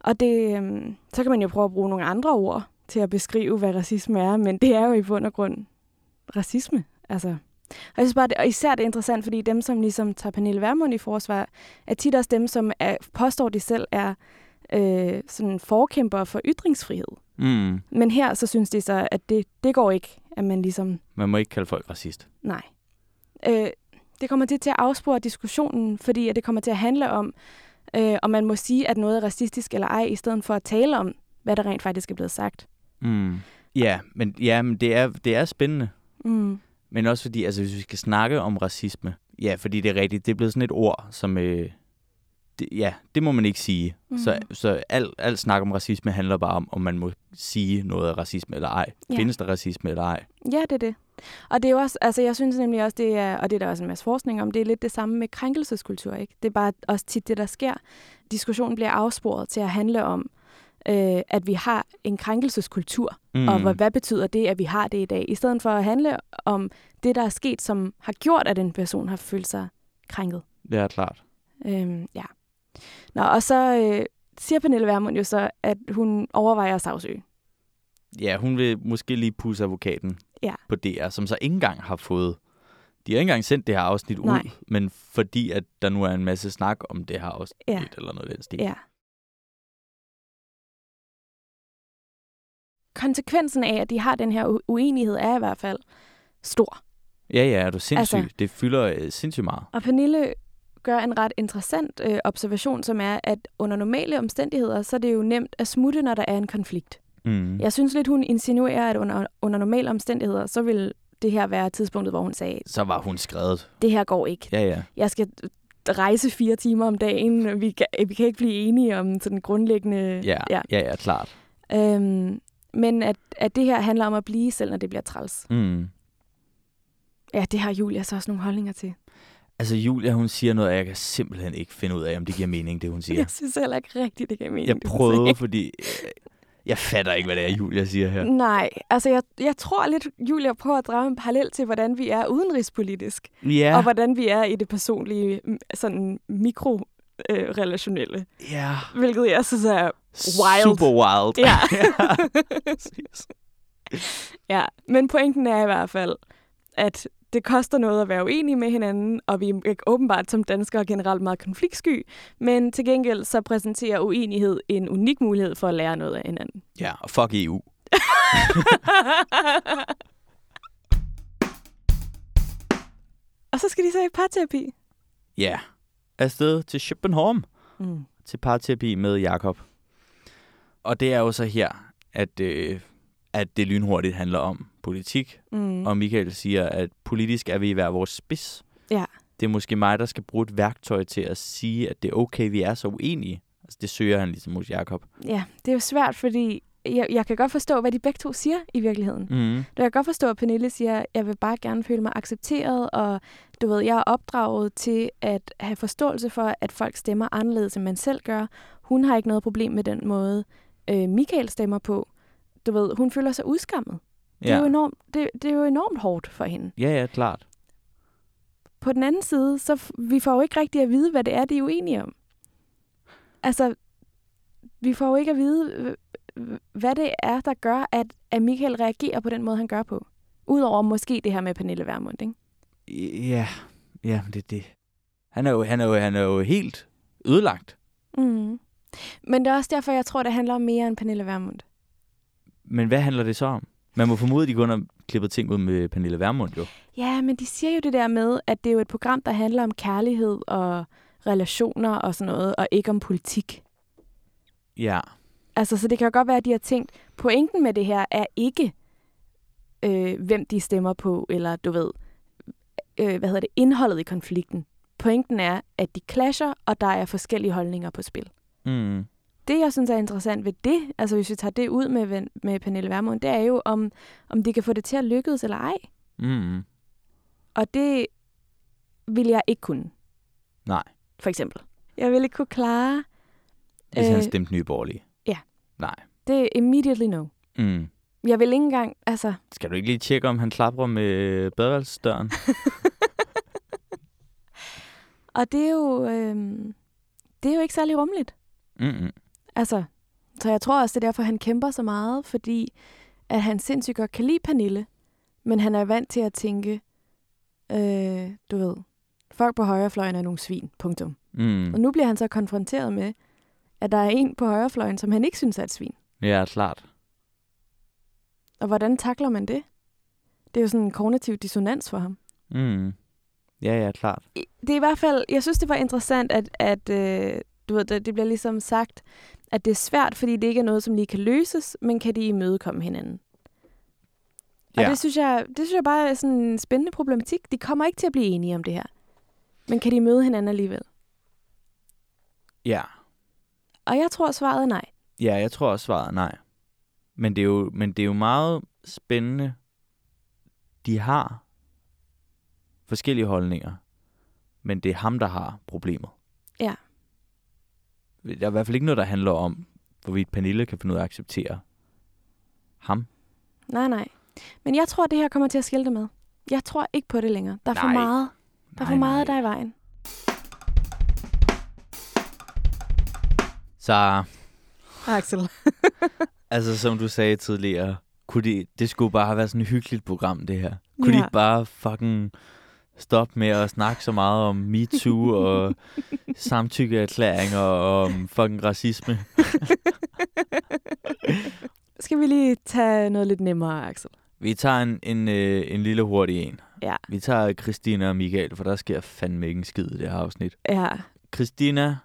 Og det, øhm, så kan man jo prøve at bruge nogle andre ord til at beskrive, hvad racisme er, men det er jo i bund og grund racisme. Altså. Og jeg synes bare, det, og især det er interessant, fordi dem, som ligesom tager Pernille Vermund i forsvar, er tit også dem, som er, påstår, de selv er øh, sådan forkæmpere for ytringsfrihed.
Mm.
Men her så synes de så, at det, det går ikke, at man ligesom,
Man må ikke kalde folk racist.
nej. Øh, det kommer til, til at afspore diskussionen, fordi at det kommer til at handle om, øh, om man må sige, at noget er racistisk eller ej, i stedet for at tale om, hvad der rent faktisk er blevet sagt.
Mm. Ja, men, ja, men det, er, det er spændende.
Mm.
Men også fordi, altså hvis vi skal snakke om racisme. Ja, fordi det er rigtigt. Det er blevet sådan et ord, som... Øh, det, ja, det må man ikke sige. Mm. Så, så al, al snak om racisme handler bare om, om man må sige noget af racisme eller ej.
Ja.
Ja. Findes der racisme eller ej?
Ja, det er det. Og det er jo også, altså jeg synes nemlig også, det er, og det er der også en masse forskning om, det er lidt det samme med krænkelseskultur, ikke? Det er bare også tit det, der sker. Diskussionen bliver afsporet til at handle om, øh, at vi har en krænkelseskultur, mm.
Hmm.
og hvad, hvad betyder det, at vi har det i dag, i stedet for at handle om det, der er sket, som har gjort, at en person har følt sig krænket.
Det er klart.
Øhm, ja. Nå, og så øh, siger Pernille Vermund jo så, at hun overvejer at sagsøge.
Ja, hun vil måske lige pusse advokaten
Ja.
på DR, som så ikke engang har fået... De har ikke engang sendt det her afsnit
Nej.
ud, men fordi at der nu er en masse snak om det her afsnit
Ja.
eller noget af den stil.
Ja. Konsekvensen af, at de har den her u- uenighed, er i hvert fald stor.
Ja, ja, er du sindssyg?
Altså-
Altså, det fylder øh, sindssygt meget.
Og Pernille gør en ret interessant øh, observation, som er, at under normale omstændigheder, så er det jo nemt at smutte, når der er en konflikt.
Mm.
Jeg synes lidt, hun insinuerer, at under, under normale omstændigheder, så vil det her være tidspunktet, hvor hun sagde,
Så var hun skrevet.
det her går ikke.
Ja, ja.
Jeg skal rejse fire timer om dagen. Vi kan, vi kan ikke blive enige om sådan grundlæggende...
Ja, ja, ja, ja klart.
Øhm, men at, at det her handler om at blive, selv når det bliver træls.
Mm.
Ja, det har Julia så også nogle holdninger til.
Altså, Julia, hun siger noget, og jeg kan simpelthen ikke finde ud af, om det giver mening, det hun siger.
Jeg synes heller ikke rigtigt, det kan mening.
Jeg
det, hun
prøvede,
sagde.
fordi... øh, Jeg fatter ikke, hvad det er, Julia siger her.
Nej, altså jeg, jeg tror lidt, Julia, på at drage en parallel til, hvordan vi er udenrigspolitisk, ja. og
Ja,
hvordan vi er i det personlige, m- sådan mikrorelationelle, øh,
ja.
hvilket jeg synes er, Wild.
Super wild.
ja.
Ja, præcis.
ja. Men pointen er i hvert fald, at det koster noget at være uenige med hinanden, og vi er åbenbart som danskere generelt meget konfliktsky, men til gengæld så præsenterer uenighed en unik mulighed for at lære noget af hinanden.
Ja, og fuck E EU.
og så skal de så i parterapi.
Ja, afsted til Schopenhauer
Mm.
til parterapi med Jakob. Og det er jo så her, at, øh, at det lynhurtigt handler om politik,
Mm.
og Michael siger, at politisk er vi i hver vores spids.
Ja.
Det er måske mig, der skal bruge et værktøj til at sige, at det er okay, vi er så uenige. Altså, det søger han ligesom hos Jakob.
Ja, det er jo svært, fordi jeg, jeg kan godt forstå, hvad de begge to siger i virkeligheden.
Mm.
Du kan godt forstå, at Pernille siger, at jeg vil bare gerne føle mig accepteret, og du ved, jeg er opdraget til at have forståelse for, at folk stemmer anderledes, end man selv gør. Hun har ikke noget problem med den måde, øh, Michael stemmer på. Du ved, hun føler sig udskammet. Ja. Det, er jo
Ja.
enormt, det, det er jo enormt hårdt for hende.
ja, ja, klart.
På den anden side, så f- vi får jo ikke rigtig at vide, hvad det er, de er uenige om. Altså, vi får jo ikke at vide, øh, øh, hvad det er, der gør, at, at Michael reagerer på den måde, han gør på. Udover måske det her med Pernille Vermund, ikke?
Ja, ja, men det er det. Han er jo, han er jo, han er jo helt ødelagt.
Mm. Men det er også derfor, jeg tror, det handler om mere end Pernille Vermund.
Men hvad handler det så om? Man må formode, at de kun har klippet ting ud med Pernille Vermund, jo.
Ja, men de siger jo det der med, at det er jo et program, der handler om kærlighed og relationer og sådan noget, og ikke om politik.
Ja.
Altså, så det kan jo godt være, at de har tænkt, pointen med det her er ikke, øh, hvem de stemmer på, eller du ved, øh, hvad hedder det, indholdet i konflikten. Pointen er, at de clasher, og der er forskellige holdninger på spil.
Mm.
det, jeg synes er interessant ved det, altså hvis vi tager det ud med, ven- med Pernille Vermund, det er jo, om, om de kan få det til at lykkes eller ej.
Mm.
Og det vil jeg ikke kunne.
Nej.
For eksempel. Jeg vil ikke kunne klare
Hvis øh, han
Øh.
stemte nye borgerlige.
det immediately no.
Mm.
Jeg vil ikke engang, altså,
Skal du ikke lige tjekke, om han klapper med badeværelsesdøren?
og det er jo, øhm, det er jo ikke særlig rummeligt.
Mm.
Altså, så jeg tror også, det er derfor, han kæmper så meget, fordi at han sindssygt godt kan lide Pernille, men han er vant til at tænke, øh, du ved, folk på højrefløjen er nogle svin, punktum.
Mm.
Og nu bliver han så konfronteret med, at der er en på højrefløjen, som han ikke synes er et svin.
Ja, klart.
Og hvordan takler man det? Det er jo sådan en kognitiv dissonans for ham.
Mm. Ja, ja, klart.
I- Det er i hvert fald, jeg synes, det var interessant, at, at øh, du ved, det det bliver ligesom sagt, at det er svært, fordi det ikke er noget, som lige kan løses, men kan de imødekomme hinanden. Og
Ja.
det synes, jeg, det synes jeg bare er sådan en spændende problematik. De kommer ikke til at blive enige om det her. Men kan de møde hinanden alligevel?
Ja.
Og jeg tror, svaret er nej.
ja, jeg tror også svaret er nej. Men det, er jo, men det er jo meget spændende. De har forskellige holdninger, men det er ham, der har problemet.
Ja.
Der er i hvert fald ikke noget, der handler om, hvorvidt Pernille kan finde ud af at acceptere ham.
Nej, nej. Men jeg tror, det her kommer til at skille det med. Jeg tror ikke på det længere. Der er for
Nej.
meget. Der er for meget,
nej.
der er i vejen.
Så
Axel.
Altså, som du sagde tidligere, kunne de, det skulle bare have været sådan et hyggeligt program, det her. Kunne ja.
Ja.
de ikke bare fucking stoppe med at snakke så meget om MeToo og samtykkeerklæringer og om fucking racisme?
Skal vi lige tage noget lidt nemmere, Axel?
Vi tager en, en, øh, en lille hurtig en.
Ja.
Vi tager Christina og Michael, for der sker fandme ikke en skid i det her afsnit.
Ja.
Christina,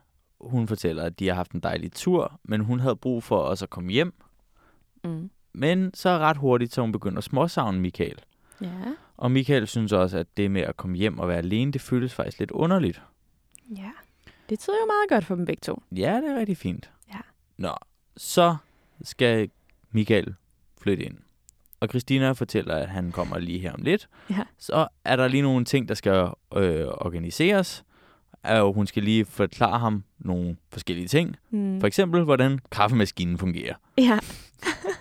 hun fortæller, at de har haft en dejlig tur, men hun havde brug for også at komme hjem.
Mm.
Men så ret hurtigt, så hun begynder at småsavne Michael.
Ja.
Og Michael synes også, at det med at komme hjem og være alene, det føles faktisk lidt underligt.
Ja. Det tyder jo meget godt for dem begge to.
Ja, det er rigtig fint.
Ja.
Nå, så skal Michael flytte ind. Og Christina fortæller, at han kommer lige her om lidt.
Ja.
Så er der lige nogle ting, der skal øh, organiseres. Og hun skal lige forklare ham nogle forskellige ting.
Mm.
For eksempel, hvordan kaffemaskinen fungerer.
Ja.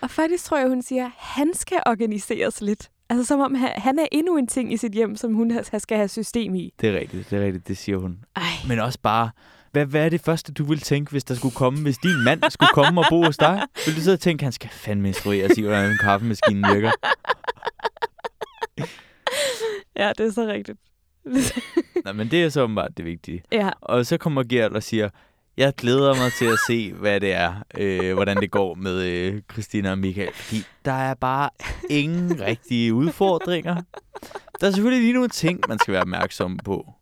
Og faktisk tror jeg, hun siger, at han skal organiseres lidt. Altså som om han han er endnu en ting i sit hjem, som hun har- skal have system i.
Det er rigtigt, det er rigtigt, det siger hun.
Ej.
Men også bare, hvad, hvad er det første, du ville tænke, hvis der skulle komme, hvis din mand skulle komme og bo hos dig? Vil du sidde og tænke, han skal fandme instruere sig, hvordan en kaffemaskine virker?
Ja, det er så rigtigt.
Nej, men det er så åbenbart det vigtige.
ja,
Og så kommer Gert og siger, jeg glæder mig til at se, hvad det er, øh, hvordan det går med øh, Christina og Michael. Fordi der er bare ingen rigtige udfordringer. Der er selvfølgelig lige nogle ting, man skal være opmærksom på.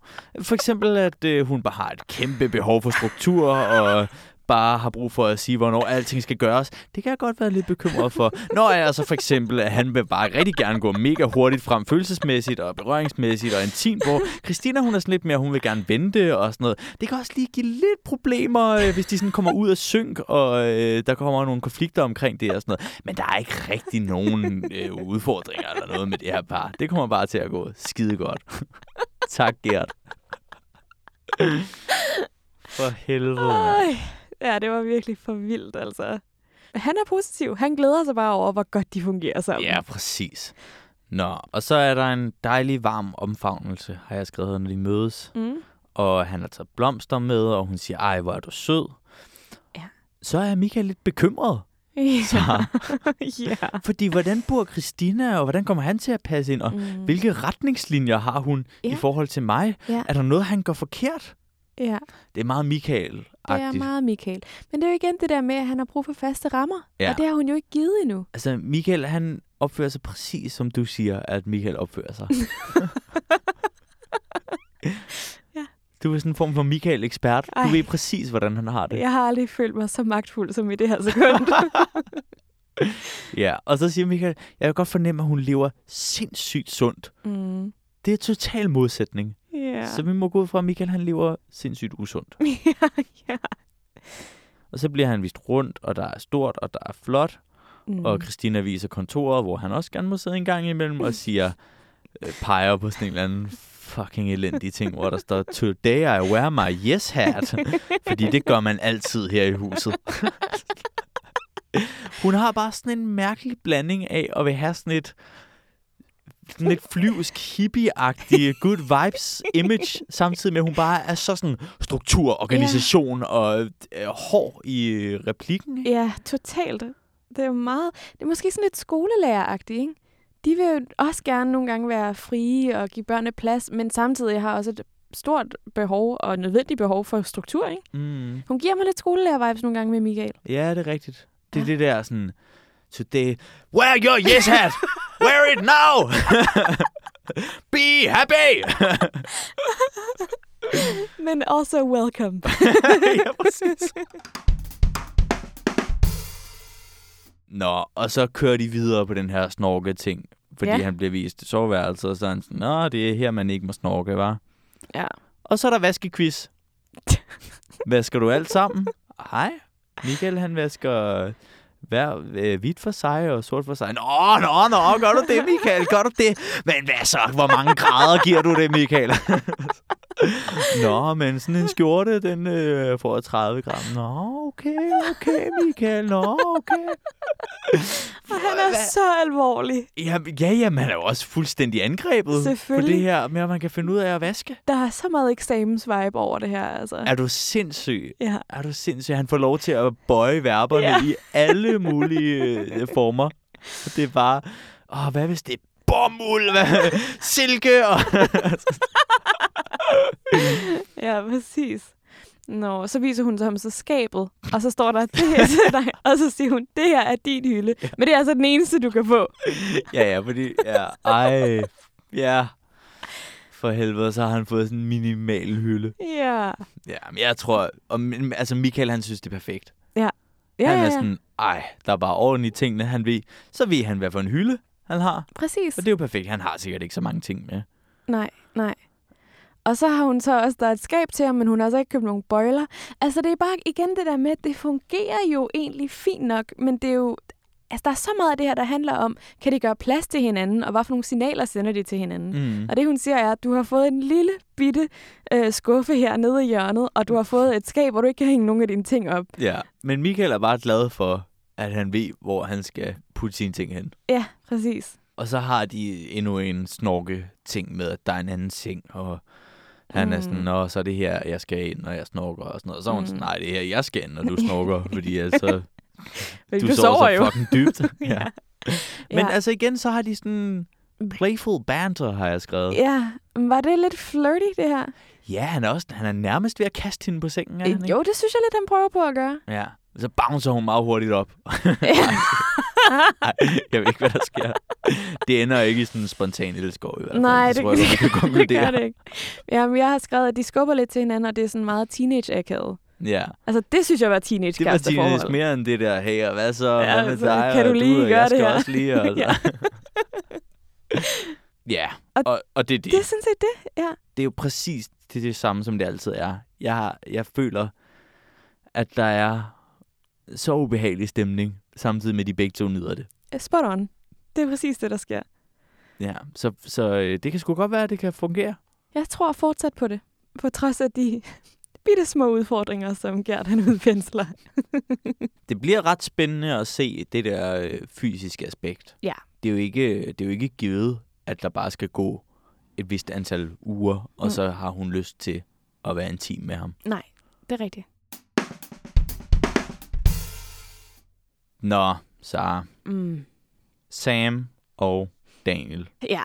For eksempel, at øh, hun bare har et kæmpe behov for struktur, og bare har brug for at sige, hvornår alting skal gøres. Det kan jeg godt være lidt bekymret for. Når jeg altså for eksempel, at han vil bare rigtig gerne gå mega hurtigt frem følelsesmæssigt og berøringsmæssigt og intimt, hvor Christina hun er sådan lidt mere, hun vil gerne vente og sådan noget. Det kan også lige give lidt problemer, øh, hvis de sådan kommer ud af synk, og øh, der kommer nogle konflikter omkring det og sådan noget. Men der er ikke rigtig nogen øh, udfordringer eller noget med det her par. Det kommer bare til at gå skide godt. tak, Gert. For helvede. mand.
Øj, ja, det var virkelig for vildt, altså. Han er positiv. Han glæder sig bare over, hvor godt de fungerer sammen.
Ja, præcis. Nå, og så er der en dejlig varm omfavnelse, har jeg skrevet, når de mødes.
Mm.
Og han har taget blomster med, og hun siger, ej, hvor er du sød.
Ja.
Så er Michael lidt bekymret, så,
ja.
fordi hvordan bor Christina, og hvordan kommer han til at passe ind, og
Mm.
hvilke retningslinjer har hun i
Ja.
forhold til mig?
Ja.
Er der noget, han gør forkert?
ja,
Det er meget Michael-agtigt.
det er meget Michael. Men det er jo igen det der med, at han har brug for faste rammer.
Ja.
Og det har hun jo ikke givet endnu.
Altså, Michael, han opfører sig præcis, som du siger, at Michael opfører sig.
Ja.
Du er sådan en form for Michael-ekspert. Du
Ej.
ved præcis, hvordan han har det.
Jeg har aldrig følt mig så magtfuld som i det her sekund.
Ja, og så siger Michael, jeg kan godt fornemme, at hun lever sindssygt sundt.
mm.
Det er total modsætning.
Ja.
Ja. Så vi må gå ud fra, at Michael han lever sindssygt usundt.
ja, ja.
Og så bliver han vist rundt, og der er stort, og der er flot.
Mm.
Og Christina viser kontoret, hvor han også gerne må sidde en gang imellem og siger, øh, peger på sådan en eller anden fucking elendig ting, hvor der står, Today I wear my yes hat. Fordi det gør man altid her i huset. Hun har bare sådan en mærkelig blanding af at vil have sådan et sådan lidt flyvsk, hippie-agtig, good vibes image, samtidig med, at hun bare er så sådan struktur, organisation og øh, hård i øh, replikken. Ikke?
Ja, totalt. Det er jo meget... Det er måske sådan lidt skolelæreragtigt, ikke? De vil jo også gerne nogle gange være frie og give børnene plads, men samtidig har også et stort behov og nødvendigt behov for struktur, ikke?
Mm.
Hun giver mig lidt skolelærer-vibes nogle gange med Michael.
Ja, det er rigtigt. Det er
Ja.
det der sådan, today, wear your yes hat, wear it now, be happy.
Men also welcome.
ja, præcis. Nå, og så kører de videre på den her snorke ting, fordi ja.
Ja.
han bliver vist soveværelset, og så er han sådan, nå, det er her, man ikke må snorke, var.
Ja.
Og så er der vaskequiz. Vasker du alt sammen? Hej. Michael, han vasker hver, øh, hvidt for sig og sort for sig. Nå, nå, nå, gør du det, Michael? Gør du det? Men hvad så? Hvor mange grader giver du det, Michael? nå, men sådan en skjorte, den øh, får 30 gram. Nå, okay, okay, Michael. Nå, okay.
Og han er
Hvad?
så alvorlig.
Ja, ja, ja, man er jo også fuldstændig angrebet på
Selvfølgelig.
det her med, at man kan finde ud af at vaske.
Der er så meget eksamensvibe over det her, altså.
Er du sindssyg?
Ja.
Er du sindssyg? Han får lov til at bøje verberne ja.
Ja.
i alle mulige øh, former. Og Det er bare, åh, hvad hvis det er bomuld, hvad? silke og...
Ja, præcis. Nå, så viser hun så ham så skabet, og så står der, det her er til dig, og så siger hun, det her er din hylde, men det er altså den eneste, du kan få.
ja, ja, fordi, ja, ej, ja. For helvede, så har han fået sådan en minimal hylde.
Ja.
Ja, men jeg tror, og, men- altså Michael, han synes, det er perfekt.
Ja,
han
ja,
er
ja.
sådan, ej, der er bare orden i tingene, han ved. Så ved han, hvad for en hylde han har.
præcis.
Og det er jo perfekt, han har sikkert ikke så mange ting med.
Nej, nej. Og så har hun så også, der er et skab til ham, men hun har så ikke købt nogen bøjler. Altså, det er bare igen det der med, at det fungerer jo egentlig fint nok, men det er jo... Altså, der er så meget af det her, der handler om, kan de gøre plads til hinanden, og hvad for nogle signaler sender de til hinanden?
Mm.
Og det, hun siger, er, at du har fået en lille bitte øh, skuffe her nede i hjørnet, og du har fået et skab, hvor du ikke kan hænge nogen af dine ting op.
Ja, men Michael er bare glad for, at han ved, hvor han skal putte sine ting hen.
Ja, præcis.
Og så har de endnu en snorke ting med, at der er en anden seng, og han mm. er sådan,
Mm.
Nå, så er det her, jeg skal ind, når jeg snorker og sådan noget. Og så er hun mm.
Mm.
sådan, nej, det er her, jeg skal ind, når du snorker, fordi altså,
Men
du, sover, så fucking dybt. ja.
Ja.
Men
ja.
altså igen, så har de sådan Playful banter, har jeg skrevet.
Ja, var det lidt flirty, det her?
Ja, han er, også, han er nærmest ved at kaste hende på sengen, er han,
Ja,
ikke?
Øh, jo, det synes jeg lidt, han prøver på at gøre.
Ja. Så bouncer hun meget hurtigt op. Nej, jeg ved ikke, hvad der sker. Det ender ikke i sådan en spontan elskov i hvert fald.
Nej,
det,
det-
tror jeg, godt, vi kan konkludere.
det gør det ikke. Jamen, jeg har skrevet, at de skubber lidt til hinanden, og det er sådan meget teenage-akavet.
Ja.
Altså, det synes jeg var teenage
Det var teenage mere end det der, hey, og hvad så?
Ja,
hvad med
så
dig?
kan
og
du lige
og
gøre
jeg
det
skal
her?
også lige, og,
Ja.
ja,
Og
og, og det er det.
Det er sådan set det, ja.
det er jo præcis det, det samme, som det altid er. Jeg, har, jeg føler, at der er så ubehagelig stemning, samtidig med, at de begge to nyder det.
Øh, Spot on. Det er præcis det, der sker.
Ja, så, så øh, det kan sgu godt være, at det kan fungere.
Jeg tror fortsat på det, på trods af de bitte små udfordringer, som Gert han udpensler.
Det bliver ret spændende at se det der øh, fysiske aspekt.
Ja.
Det er, jo ikke, det er jo ikke givet, at der bare skal gå et vist antal uger, og
Mm.
så har hun lyst til at være intim med ham.
Nej, det er rigtigt.
Nå, Sara,
Mm.
Sam og Daniel.
Ja.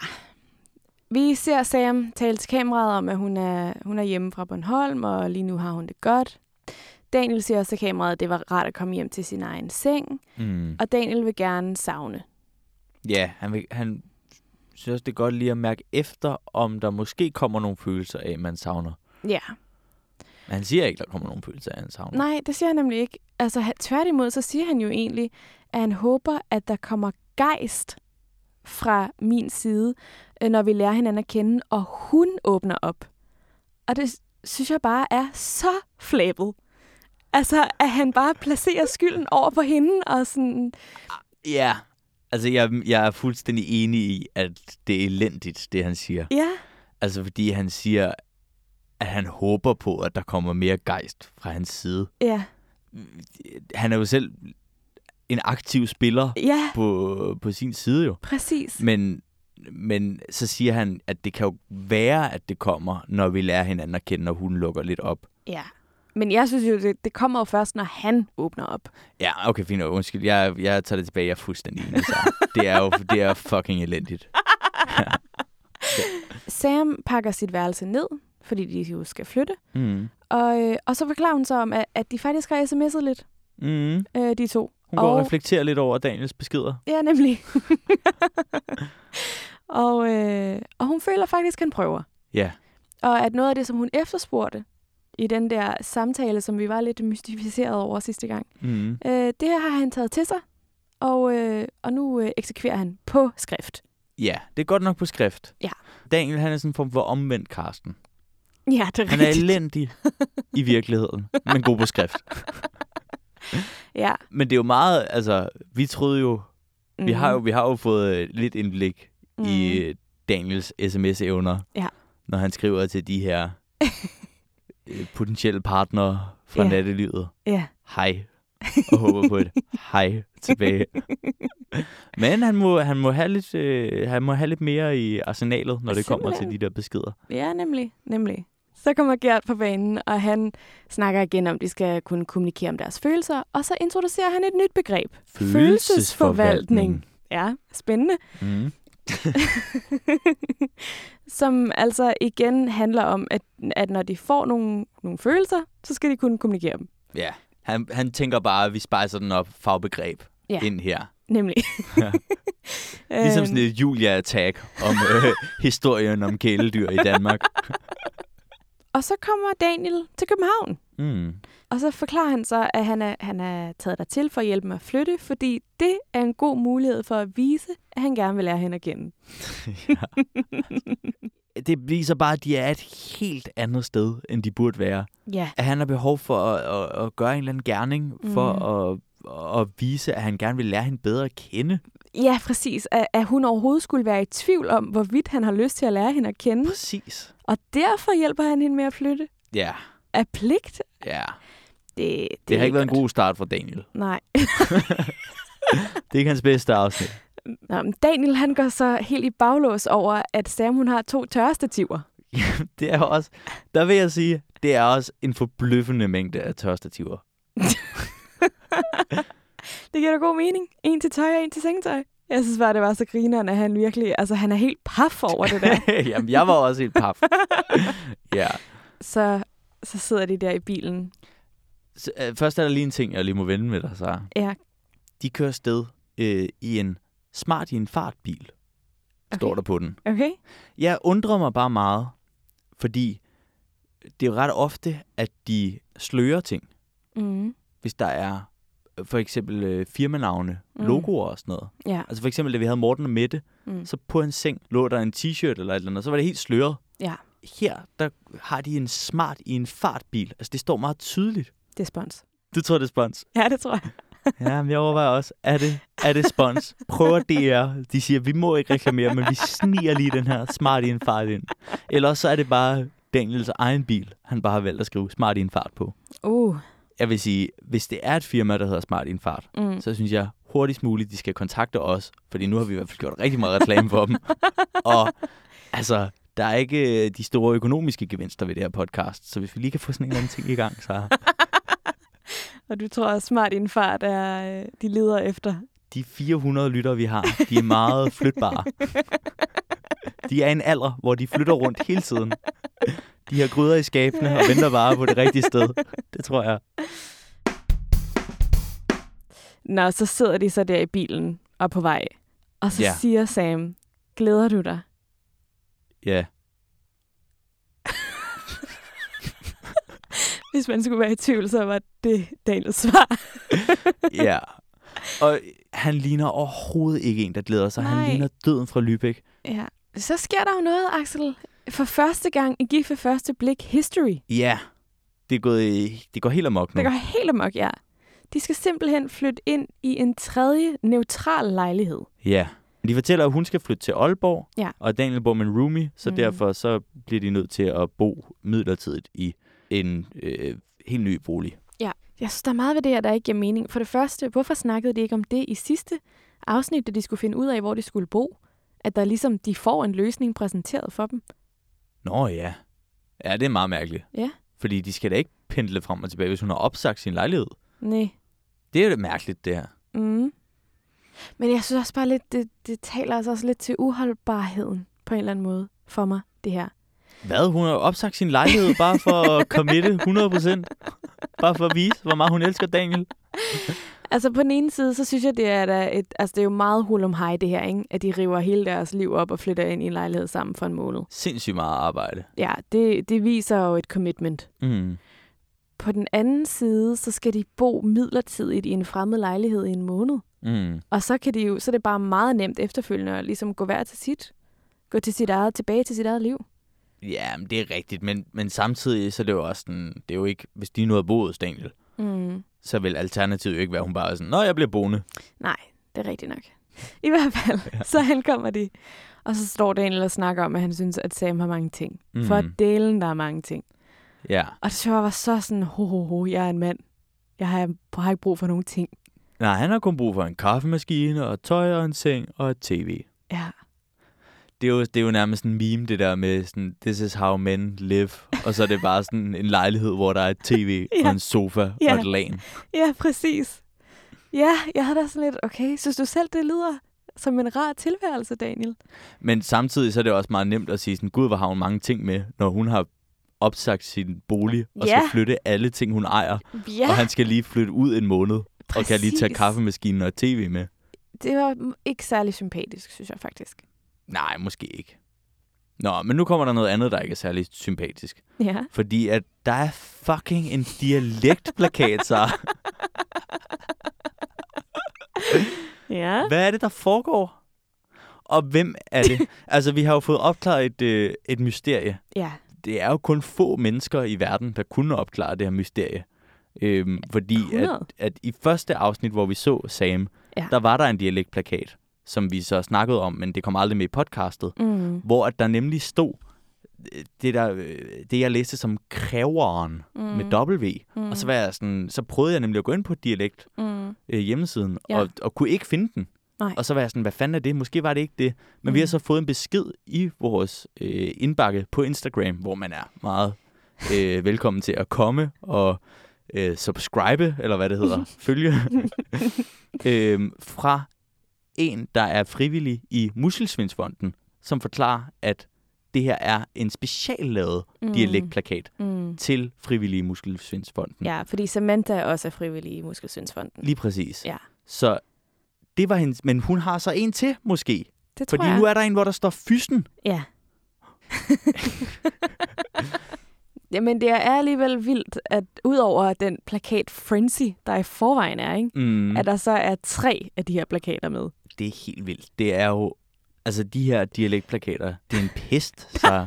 Vi ser Sam tale til kameraet om, at hun er, hun er hjemme fra Bornholm, og lige nu har hun det godt. Daniel siger også til kameraet, at det var rart at komme hjem til sin egen seng,
Mm.
og Daniel vil gerne savne.
Ja, han, vil, han synes også, det er godt lige at mærke efter, om der måske kommer nogle følelser af, at man savner.
Ja.
Men han siger ikke, der kommer nogle følelser af, at han savner.
Nej, det siger han nemlig ikke. Altså ha- tværtimod, så siger han jo egentlig, at han håber, at der kommer gejst fra min side, øh, når vi lærer hinanden at kende, og hun åbner op. Og det s- synes jeg bare er så flabet. Altså, at han bare placerer skylden over på hende, og sådan,
Ja, altså jeg, jeg er fuldstændig enig i, at det er elendigt, det han siger.
ja,
Altså fordi han siger, at han håber på, at der kommer mere gejst fra hans side.
ja,
Han er jo selv en aktiv spiller
ja,
på, på sin side jo.
præcis.
Men, men så siger han, at det kan jo være, at det kommer, når vi lærer hinanden at kende, når hun lukker lidt op.
Ja. Men jeg synes jo, det, det kommer jo først, når han åbner op.
Ja, okay, fint. nok. Undskyld, jeg, jeg tager det tilbage. Jeg er fuldstændig enig. Sara. Det er jo det er fucking elendigt.
Sam pakker sit værelse ned, fordi de jo skal flytte.
Mm.
Og, øh, og så forklarer hun så om, at, at de faktisk har sms'et lidt,
Mm.
øh, de to.
Hun går og,
Og-
og reflekterer lidt over Daniels beskeder.
Ja, nemlig. og, øh, og hun føler faktisk, at han prøver.
Ja.
Og at noget af det, som hun efterspurgte i den der samtale, som vi var lidt mystificeret over sidste gang,
Mm.
øh, det har han taget til sig, og, øh, og nu øh, eksekverer han på skrift.
Ja, det er godt nok på skrift.
Ja.
Daniel, han er sådan en form for omvendt Karsten.
Ja, det er
Han er elendig i virkeligheden, men god på skrift.
Ja.
Men det er jo meget, altså, vi troede jo, mm. vi, har jo vi har jo fået øh, lidt indblik mm.
Mm-hmm.
i øh, Daniels sms-evner,
Ja.
når han skriver til de her øh, potentielle partnere fra
Ja.
nattelivet.
Mm-hmm. Ja.
Hej. Og håber på et hej tilbage. Men han må, han, må have lidt, øh, han må have lidt mere i arsenalet, når det kommer til
Simpelthen.
de der beskeder.
Ja, nemlig. nemlig. Så kommer Gert på banen, og han snakker igen om, at de skal kunne kommunikere om deres følelser, og så introducerer han et nyt begreb. Ja, spændende.
Mm.
Som altså igen handler om, at, at når de får nogle, nogle følelser, så skal de kunne kommunikere dem.
Ja, han, han tænker bare, at vi spejser den op fagbegreb
Ja.
ja. ind her.
Nemlig.
Ligesom
Øhm,
sådan et Julia-attack om øh, historien om kæledyr i Danmark.
Og så kommer Daniel til København.
Mm.
Og så forklarer han så, at han er, han er taget dertil for at hjælpe med at flytte, fordi det er en god mulighed for at vise, at han gerne vil lære hende at kende.
Det viser bare, at de er et helt andet sted, end de burde være.
Ja,
At han har behov for at, at, at gøre en eller anden gerning, for at, at vise, at han gerne vil lære hende bedre at kende.
ja præcis. At, at hun overhovedet skulle være i tvivl om, hvorvidt han har lyst til at lære hende at kende.
Præcis.
Og derfor hjælper han hende med at flytte.
Ja,
Af pligt?
ja.
Det, det,
Det, det har ikke været
godt.
en god start for Daniel.
Nej.
Det er ikke hans bedste afsnit.
Nå, men Daniel han går så helt i baglås over, at Sam hun har to tørrestativer.
Det er også, der vil jeg sige, det er også en forbløffende mængde af tørstativer.
Det giver da god mening. En til tøj og en til sengetøj. Jeg synes bare, det var så grineren, at han virkelig... Altså, han er helt paf over det der.
Jamen, jeg var også helt paf. ja.
Så, så sidder de der i bilen.
Så, øh, først er der lige en ting, jeg lige må vende med dig, så.
Ja,
De kører sted øh, i en smart i en fartbil, okay. står der på den.
okay?
Jeg undrer mig bare meget, fordi det er jo ret ofte, at de slører ting,
Mm.
hvis der er øh, for eksempel øh, firmanavne,
Mm.
mm. logoer og sådan noget.
Ja.
Altså for eksempel, da vi havde Morten og Mette,
Mm.
så på en seng lå der en t-shirt eller et eller andet, og så var det helt sløret.
Ja.
Her, der har de en smart i en fartbil. Altså det står meget tydeligt.
Det er spons.
Det tror jeg, det er spons.
Ja, det tror jeg.
Ja, men jeg overvejer også, er det, er det spons? Prøver DR. De siger, vi må ikke reklamere, men vi sniger lige den her smart i en fart ind. Eller også så er det bare Daniels egen bil, han bare har valgt at skrive smart i en fart på.
Uh.
Jeg vil sige, hvis det er et firma, der hedder smart i en fart,
Mm.
så synes jeg hurtigst muligt, de skal kontakte os, fordi nu har vi i hvert fald gjort rigtig meget reklame for dem. og altså, der er ikke øh, de store økonomiske gevinster ved det her podcast, så hvis vi lige kan få sådan en eller anden ting i gang, så
Og du tror, at smart i en fart er, øh, de leder efter.
de 400 lyttere, vi har, de er meget flytbare. De er i en alder, hvor de flytter rundt hele tiden. De har gryder i skabene og venter bare på det rigtige sted. Det tror jeg.
Nå, så sidder de så der i bilen og er på vej. Og så
Ja.
siger Sam, glæder du dig?
Ja,
Hvis man skulle være i tvivl, så var det Daniels svar.
ja. Og han ligner overhovedet ikke en, der glæder sig.
Nej.
Han ligner døden fra Lübeck.
Ja. Så sker der jo noget, Axel. For første gang i Gift ved første blik history.
Ja, det, er gået, i- det går helt amok nu.
Det går helt amok, ja. De skal simpelthen flytte ind i en tredje neutral lejlighed.
Ja. De fortæller, at hun skal flytte til Aalborg,
Ja.
og Daniel bor med en roomie, så
Mhm.
mm. derfor så bliver de nødt til at bo midlertidigt i en øh, helt ny bolig.
Jeg synes, der er meget ved det her, der ikke giver mening. For det første, hvorfor snakkede de ikke om det i sidste afsnit, da de skulle finde ud af, hvor de skulle bo? At der ligesom, de får en løsning præsenteret for dem.
Nå ja. Ja, det er meget mærkeligt.
Ja.
Fordi de skal da ikke pendle frem og tilbage, hvis hun har opsagt sin lejlighed.
Nej.
Det er jo lidt mærkeligt, det her.
Mm. Men jeg synes også bare lidt, det, det taler altså også lidt til uholdbarheden på en eller anden måde for mig, det her.
Hvad? Hun har opsagt sin lejlighed bare for at committe 100%. Bare for at vise, hvor meget hun elsker Daniel.
Altså på den ene side, så synes jeg, det er, da et, altså, det er jo meget hul om hej, det her, ikke? at de river hele deres liv op og flytter ind i en lejlighed sammen for en måned.
Sindssygt meget arbejde.
Ja, det, det viser jo et commitment.
Mm.
På den anden side, så skal de bo midlertidigt i en fremmed lejlighed i en måned.
Mm.
Og så, kan de jo, så er det bare meget nemt efterfølgende at ligesom gå hver til sit. Gå til sit eget, tilbage til sit eget liv.
Ja, men det er rigtigt, men, men samtidig så er det jo også sådan, det er jo ikke, hvis de nu havde boet hos Daniel,
Mm.
så vil alternativet jo ikke være, at hun bare er sådan, nå, jeg bliver boende.
Nej, det er rigtigt nok. I hvert fald, så ankommer de. Og så står Daniel og snakker om, at han synes, at Sam har mange ting. Mm. For
Mhm.
delen, der er mange ting.
Ja,
Og det sjove var så sådan, ho, ho, ho, jeg er en mand. Jeg har, jeg har ikke brug for nogen ting.
nej, han har kun brug for en kaffemaskine, og tøj, og en seng, og et tv.
Ja,
Det er, jo, det er jo nærmest en meme, det der med sådan, this is how men live, og så er det bare sådan en lejlighed, hvor der er et tv,
Ja.
og en sofa,
Ja.
og et lan.
ja præcis. Ja, jeg havde da sådan lidt, okay, synes du selv, det lyder som en rar tilværelse, Daniel?
Men samtidig så er det også meget nemt at sige sådan, gud, hvor har hun mange ting med, når hun har opsagt sin bolig, og
Ja.
skal flytte alle ting, hun ejer,
Ja,
og han skal lige flytte ud en måned.
præcis.
og kan lige tage kaffemaskinen og tv med.
Det var mm, ikke særlig sympatisk, synes jeg faktisk.
Nej, måske ikke. Nå, men nu kommer der noget andet, der ikke er særlig sympatisk.
Ja.
Fordi at der er fucking en dialektplakat, så.
Ja.
Hvad er det, der foregår? Og hvem er det? Altså, vi har jo fået opklaret et, øh, et mysterie.
Ja,
Det er jo kun få mennesker i verden, der kunne opklare det her mysterie. Øhm, fordi at,
100.
at i første afsnit, hvor vi så Sam,
Ja.
ja. der var der en dialektplakat, som vi så snakkede om, men det kom aldrig med i podcastet.
Mm.
hvor at der nemlig stod øh, det, der, øh, det jeg læste som kræveren mm. med W. Mm. Og så, var jeg sådan, så prøvede jeg nemlig at gå ind på dialekt
Mm.
øh, hjemmesiden,
Ja.
ja. og, og kunne ikke finde den.
Nej. Mhm.
Og så var jeg sådan, hvad fanden er det? Måske var det ikke det. Men mm. vi har så fået en besked i vores øh, indbakke på Instagram, hvor man er meget øh, velkommen til at komme og øh, subscribe, eller hvad det hedder, følge, øhm, fra en, der er frivillig i Muskelsvindsfonden, som forklarer, at det her er en speciallavet
Mhm.
mm. dialektplakat
Mm.
til frivillige i Muskelsvindsfonden.
Ja, fordi Samantha også er frivillig i Muskelsvindsfonden.
Mm. Lige præcis.
Ja.
Så det var hendes, men hun har så en til måske.
Det tror
Fordi
jeg.
nu er der en, hvor der står fysten.
Ja. Jamen, det er alligevel vildt, at udover den plakat Frenzy, der i forvejen er, ikke?
Mm.
Mm. at der så er tre af de her plakater med.
Det er helt vildt. Det er jo... Altså, de her dialektplakater, det er en pest, så...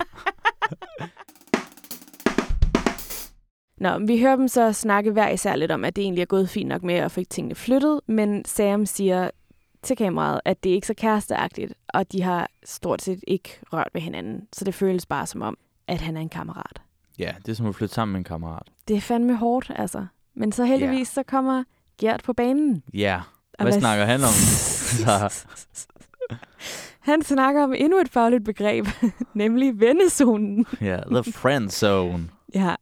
Nå, men vi hører dem så snakke hver især lidt om, at det egentlig er gået fint nok med at få tingene flyttet, men Sam siger til kameraet, at det er ikke så kæresteagtigt, og de har stort set ikke rørt ved hinanden, så det føles bare som om, at han er en kammerat.
ja, det er som at flytte sammen med en kammerat.
Det er fandme hårdt, altså. Men så heldigvis, så kommer Gert på banen.
Ja,
Og
Hvad snakker han om? Så-
han snakker om endnu et fagligt begreb, nemlig vendezonen.
ja. The friend zone.
Ja,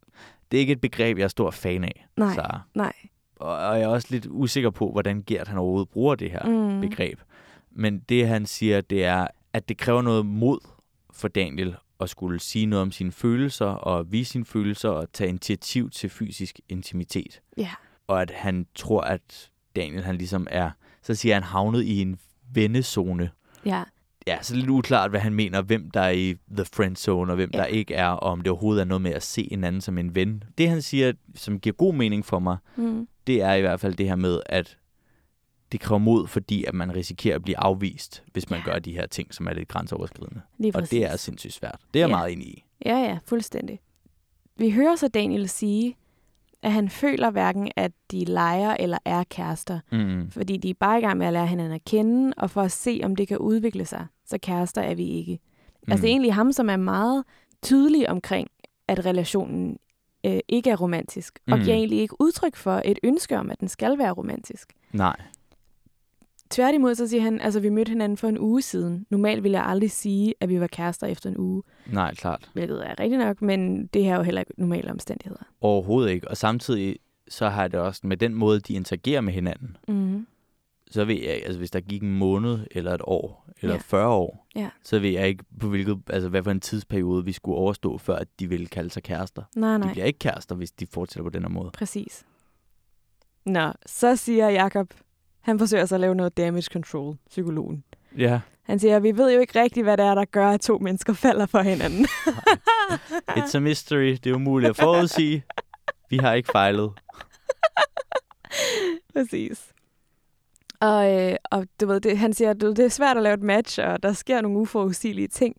Det er ikke et begreb, jeg er stor fan af.
nej, så.
Så,
nej.
og, og jeg er også lidt usikker på, hvordan Gert han overhovedet bruger det her
Mm.
begreb. Men det, han siger, det er, at det kræver noget mod for Daniel at skulle sige noget om sine følelser og vise sine følelser og tage initiativ til fysisk intimitet.
Ja.
og at han tror, at Daniel han ligesom er, så siger han havnet i en vennezone.
Ja,
Ja, så lidt uklart, hvad han mener, hvem der er i the friend zone, og hvem ja.
Ja.
der ikke er, og om det overhovedet er noget med at se en anden som en ven. Det han siger, som giver god mening for mig,
mm.
det er i hvert fald det her med, at det kræver mod, fordi at man risikerer at blive afvist, hvis man
Ja.
gør de her ting, som er lidt grænseoverskridende.
lige
Og
præcis.
det er altså- sindssygt svært. Det er jeg
Ja.
meget enig i.
Ja, ja, fuldstændig. Vi hører så Daniel sige, at han føler hverken, at de leger eller er kærester,
Mm.
fordi de er bare i gang med at lære hinanden at kende, og for at se, om det kan udvikle sig. Så kærester er vi ikke. Mm. Altså det er egentlig ham, som er meget tydelig omkring, at relationen øh, ikke er romantisk, og
Mm.
giver egentlig ikke udtryk for et ønske om, at den skal være romantisk.
Nej.
Tværtimod så siger han, altså vi mødte hinanden for en uge siden. Normalt ville jeg aldrig sige, at vi var kærester efter en uge,
Nej, klart.
hvilket er rigtigt nok, men det her er jo heller ikke normale omstændigheder.
Overhovedet ikke. Og samtidig så har jeg det også med den måde, de interagerer med hinanden.
Mm.
Så ved jeg, altså hvis der gik en måned, eller et år, eller
Ja.
ja. 40 år,
Ja.
så ved jeg ikke, på hvilket, altså hvad for en tidsperiode vi skulle overstå, før at de ville kalde sig kærester.
Nej,
Nej. De
nej,
bliver ikke kærester, hvis de fortsætter på den her måde.
præcis. Nå, så siger Jakob, han forsøger så at lave noget damage control, psykologen.
Ja.
Han siger, vi ved jo ikke rigtigt, hvad det er, der gør, at to mennesker falder for hinanden.
It's a mystery. Det er umuligt at forudsige. Vi har ikke fejlet.
Præcis. Og, øh, og du ved, det, han siger, du, ved, det er svært at lave et match, og der sker nogle uforudsigelige ting.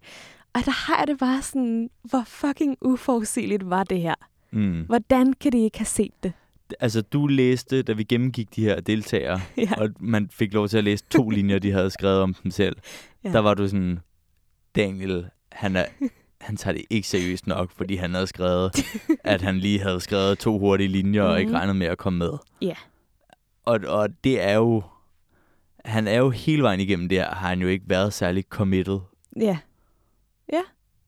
Og der har jeg det bare sådan, hvor fucking uforudsigeligt var det her?
Mm.
Hvordan kan de ikke have set det?
Altså, du læste, da vi gennemgik de her deltagere,
Ja.
og man fik lov til at læse to linjer, de havde skrevet om dem selv,
Ja.
ja. der var du sådan, Daniel, han, er, han tager det ikke seriøst nok, fordi han havde skrevet, at han lige havde skrevet to hurtige linjer mm. og ikke
Mhm.
regnet med at komme med.
Ja.
Og, og det er jo, han er jo hele vejen igennem der, har han jo ikke været særlig committed.
Ja,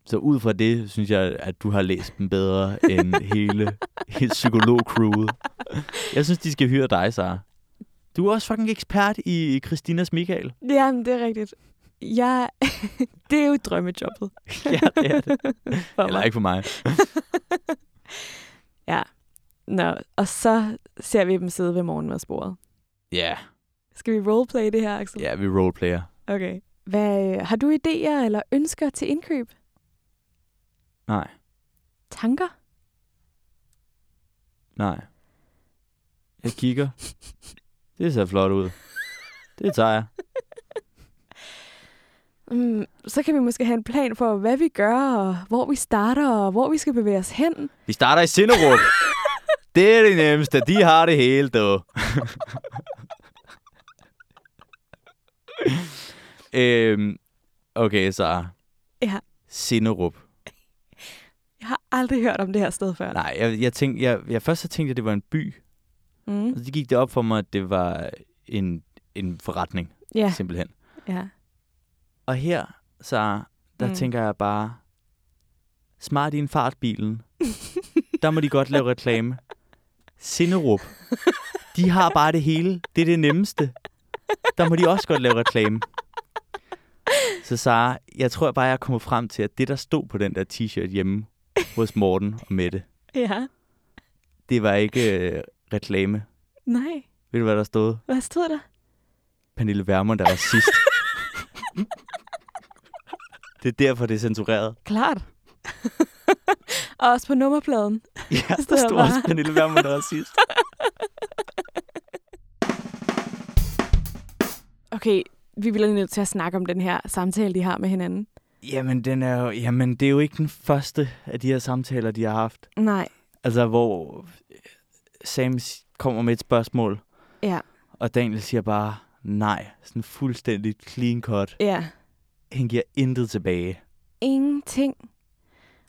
Så ud fra det, synes jeg, at du har læst dem bedre end hele, hele psykologcrewet. Jeg synes, de skal hyre dig, Sara. Du er også fucking ekspert i i Christinas Michael.
Jamen, det er rigtigt. Jeg, det er jo drømmejobbet
ja, det er det.
for
Eller
mig.
ikke for mig.
Nå, og så ser vi dem sidde ved morgenmadsbordet.
Ja,
Skal vi roleplay det her, Axel?
ja vi er roleplayer.
Okay. Hvad, øh, har du idéer eller ønsker til indkøb?
Nej,
Tanker?
nej. Jeg kigger. Det ser flot ud. Det tager jeg.
Mm, så kan vi måske have en plan for, hvad vi gør, og hvor vi starter, og hvor vi skal bevæge os hen.
Vi starter i Sinderup. Det er det nemmeste. De har det hele, dog. øhm, okay, så.
Ja.
Sinderup.
Jeg har aldrig hørt om det her sted før.
Nej, jeg, jeg tænkte, jeg, jeg først så tænkte jeg, det var en by.
Mm.
Og så gik det op for mig, at det var en, en forretning,
Ja,
ja. simpelthen.
ja.
Og her, så der
Mm.
mm. tænker jeg bare, smart i en fartbilen. der må de godt lave reklame. Sinderup. De har bare det hele. Det er det nemmeste. Der må de også godt lave reklame. Så Sara, jeg tror bare, jeg er kommet frem til, at det, der stod på den der t-shirt hjemme hos Morten og Mette,
Ja.
det var ikke øh, reklame.
Nej.
Ved du, hvad der stod?
Hvad stod der?
Pernille Vermund er racist. det er derfor, det er censureret.
Klart. og også på nummerpladen.
Ja,
Det
der
er
stod
bare-
også Pernille Vermund er racist.
Okay, vi bliver nødt til at snakke om den her samtale, de har med hinanden.
Jamen, den er jo, jamen, det er jo ikke den første af de her samtaler, de har haft.
Nej.
Altså, hvor Sam s- kommer med et spørgsmål,
Ja.
og Daniel siger bare nej. Sådan fuldstændig clean cut.
Ja.
Han giver intet tilbage.
Ingenting.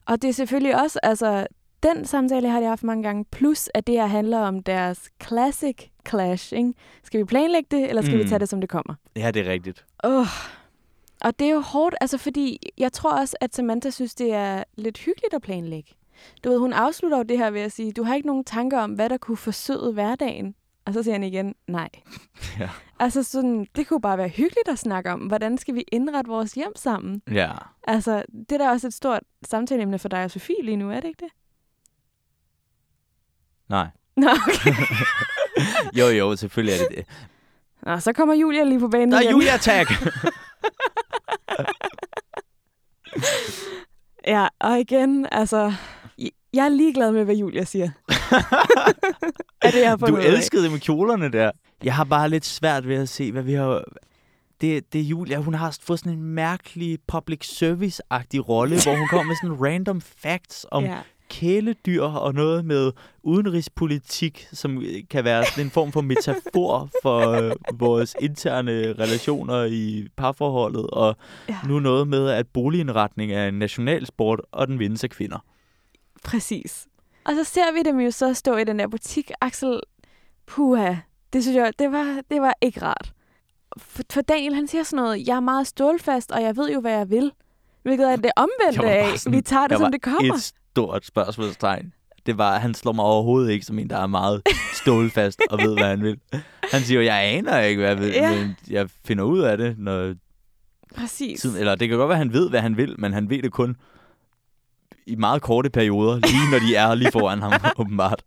Og det er selvfølgelig også, altså, den samtale har jeg haft mange gange, plus at det her handler om deres classic clash, ikke? Skal vi planlægge det, eller skal mm.
Mm.
vi tage det, som det kommer?
Ja, det er rigtigt.
Oh. Og det er jo hårdt, altså fordi jeg tror også, at Samantha synes, det er lidt hyggeligt at planlægge. Du ved, hun afslutter jo det her ved at sige, du har ikke nogen tanker om, hvad der kunne forsøde hverdagen. Og så siger han igen, nej.
Ja.
Altså sådan, det kunne bare være hyggeligt at snakke om, hvordan skal vi indrette vores hjem sammen?
Ja.
Altså, det er da også et stort samtaleemne for dig og Sofie lige nu, er det ikke det?
Nej.
Nå, okay.
Jo, jo, selvfølgelig er det det.
Nå, så kommer Julia lige på banen
Der er
igen.
Julia-tag!
Ja, og igen, altså, jeg er ligeglad med, hvad Julia siger. er det, jeg har
Du
fundet ud af.
elskede det med kjolerne der. Jeg har bare lidt svært ved at se, hvad vi har... Det, det er Julia, hun har fået sådan en mærkelig public service-agtig rolle, hvor hun kommer med sådan random facts om ja.
Ja.
kæledyr og noget med udenrigspolitik, som øh, kan være sådan en form for metafor for øh, vores interne relationer i parforholdet, og
Ja.
nu noget med, at boligindretning er en nationalsport, og den vindes af kvinder.
Præcis. Og så ser vi dem jo så stå i den der butik. Axel, puha, det synes jeg, det var, det var ikke rart. For, for Daniel, han siger sådan noget, jeg er meget stålfast, og jeg ved jo, hvad jeg vil. Hvilket er det
Jeg
omvendte
var bare
af,
sådan-
vi tager det,
jeg var
som det kommer.
et stort spørgsmålstegn. Det var, han slår mig overhovedet ikke som en, der er meget stålfast og ved, hvad han vil. Han siger jo, jeg aner ikke, hvad jeg vil,
Ja.
ja. men jeg finder ud af det, når
Præcis.
tiden... Eller det kan godt være, han ved, hvad han vil, men han ved det kun i meget korte perioder, lige når de er lige foran ham, åbenbart.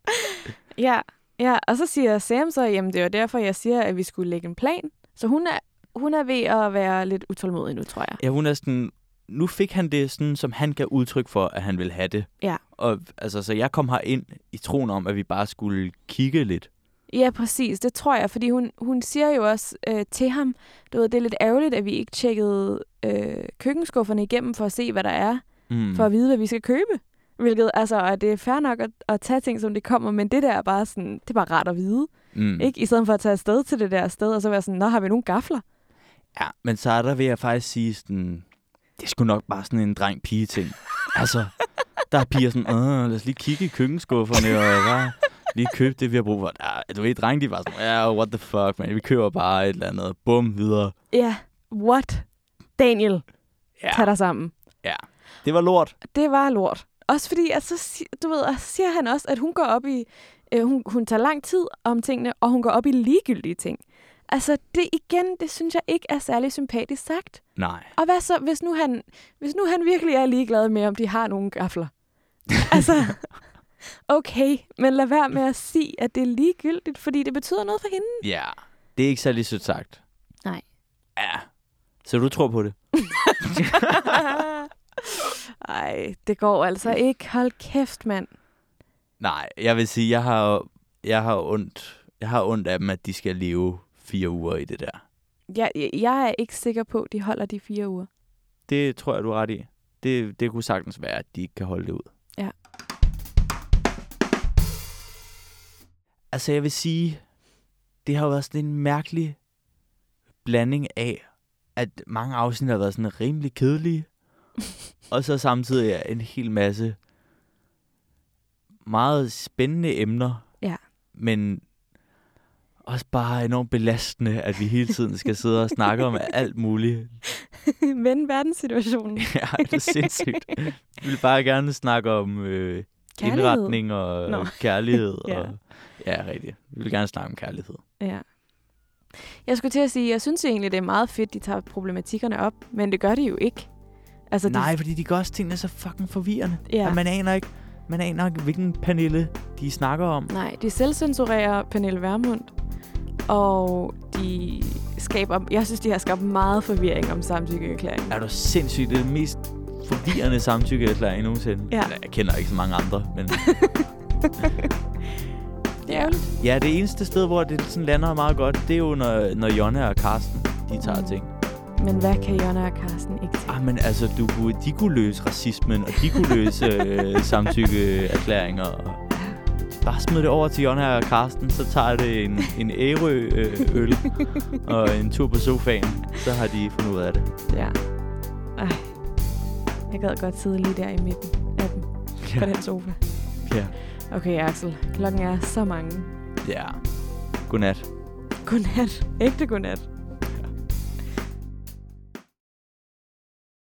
Ja, ja, og så siger Sam så, jamen det var derfor, jeg siger, at vi skulle lægge en plan. Så hun er, hun er ved at være lidt utålmodig nu, tror jeg.
Ja, hun er sådan... Nu fik han det sådan, som han gav udtryk for, at han ville have det.
Ja.
Og, altså, så jeg kom ind i troen om, at vi bare skulle kigge lidt.
Ja, præcis. Det tror jeg, fordi hun, hun siger jo også øh, til ham, du ved, det er lidt ærgerligt, at vi ikke tjekkede øh, køkkenskufferne igennem for at se, hvad der er, mm.
Mm.
for at vide, hvad vi skal købe. Hvilket, altså, og det er fair nok at, at tage ting, som det kommer, men det der er bare sådan, det er bare rart at vide,
mm.
mm. ikke? I stedet for at tage afsted til det der sted, og så være sådan, nå, har vi nogle gafler?
Ja, men så er der vil jeg faktisk sige sådan, det skulle nok bare sådan en dreng-pige-ting. altså, der er piger sådan, Åh, lad os lige kigge i køkkenskufferne og bare lige købe det, vi har brug for. Ja, du ved, drenge, de var sådan, ja, yeah, what the fuck, man, vi køber bare et eller andet, bum, videre.
Ja, what? Daniel,
Ja,
tag dig sammen.
det var lort.
det var lort. Også fordi, at så, si- du ved, og så siger han også, at hun går op i, øh, hun, hun tager lang tid om tingene, og hun går op i ligegyldige ting. Altså, det igen, det synes jeg ikke er særlig sympatisk sagt.
Nej.
Og hvad så, hvis nu han, hvis nu han virkelig er ligeglad med, om de har nogle gafler? altså, okay, men lad være med at sige, at det er ligegyldigt, fordi det betyder noget for hende.
Ja, det er ikke særlig sødt sagt.
Nej.
Ja, så du tror på det?
Ej, det går altså ikke. Hold kæft, mand.
Nej, jeg vil sige, jeg har, jeg har ondt, jeg har ondt af dem, at de skal leve fire uger i det der.
Jeg, jeg- jeg er ikke sikker på, at de holder de fire uger.
Det tror jeg, du er ret i. Det, det kunne sagtens være, at de ikke kan holde det ud.
Ja.
Altså, jeg vil sige, det har jo været sådan en mærkelig blanding af, at mange afsnit har været sådan rimelig kedelige, og så samtidig er en hel masse meget spændende emner,
Ja.
men også bare enormt belastende, at vi hele tiden skal sidde og snakke om alt muligt
Vende verdenssituationen.
Ja, det er sindssygt. Vi vil bare gerne snakke om øh, indretning og
Nå.
kærlighed.
Ja.
Og, ja, rigtigt. Vi vil gerne snakke om kærlighed.
Ja. Jeg skulle til at sige, jeg synes egentlig, det er meget fedt, de tager problematikkerne op, men det gør de jo ikke. Altså,
Nej, fordi de gør også tingene så fucking forvirrende.
de, ja.
At man aner ikke, man aner ikke, hvilken Pernille de snakker om.
Nej, de selvcensurerer Pernille Vermund, og de skaber, jeg synes, de har skabt meget forvirring om samtykkeerklæringen.
Er du sindssygt det er det mest forvirrende samtykkeerklæring nogensinde?
Ja.
Eller, Jeg kender ikke så mange andre, men...
Det er ærgerligt.
ja, det eneste sted, hvor det sådan lander meget godt, det er jo, når, når Jonna og Karsten, de tager
Mm.
ting.
Men hvad kan Jonna og Carsten ikke til?
Ah, men altså, du, kunne- de kunne løse racismen, og de kunne løse øh, samtykkeerklæringer. og- Bare smid det over til Jonna og Karsten, så tager det en, en ærø-øl og en tur på sofaen. Så har de fundet ud af det.
Ja. Ej. Jeg gad godt sidde lige der i midten af dem, ja. på den sofa.
ja.
Okay, Axel. Klokken er så mange.
ja. Godnat.
Godnat. Ægte godnat.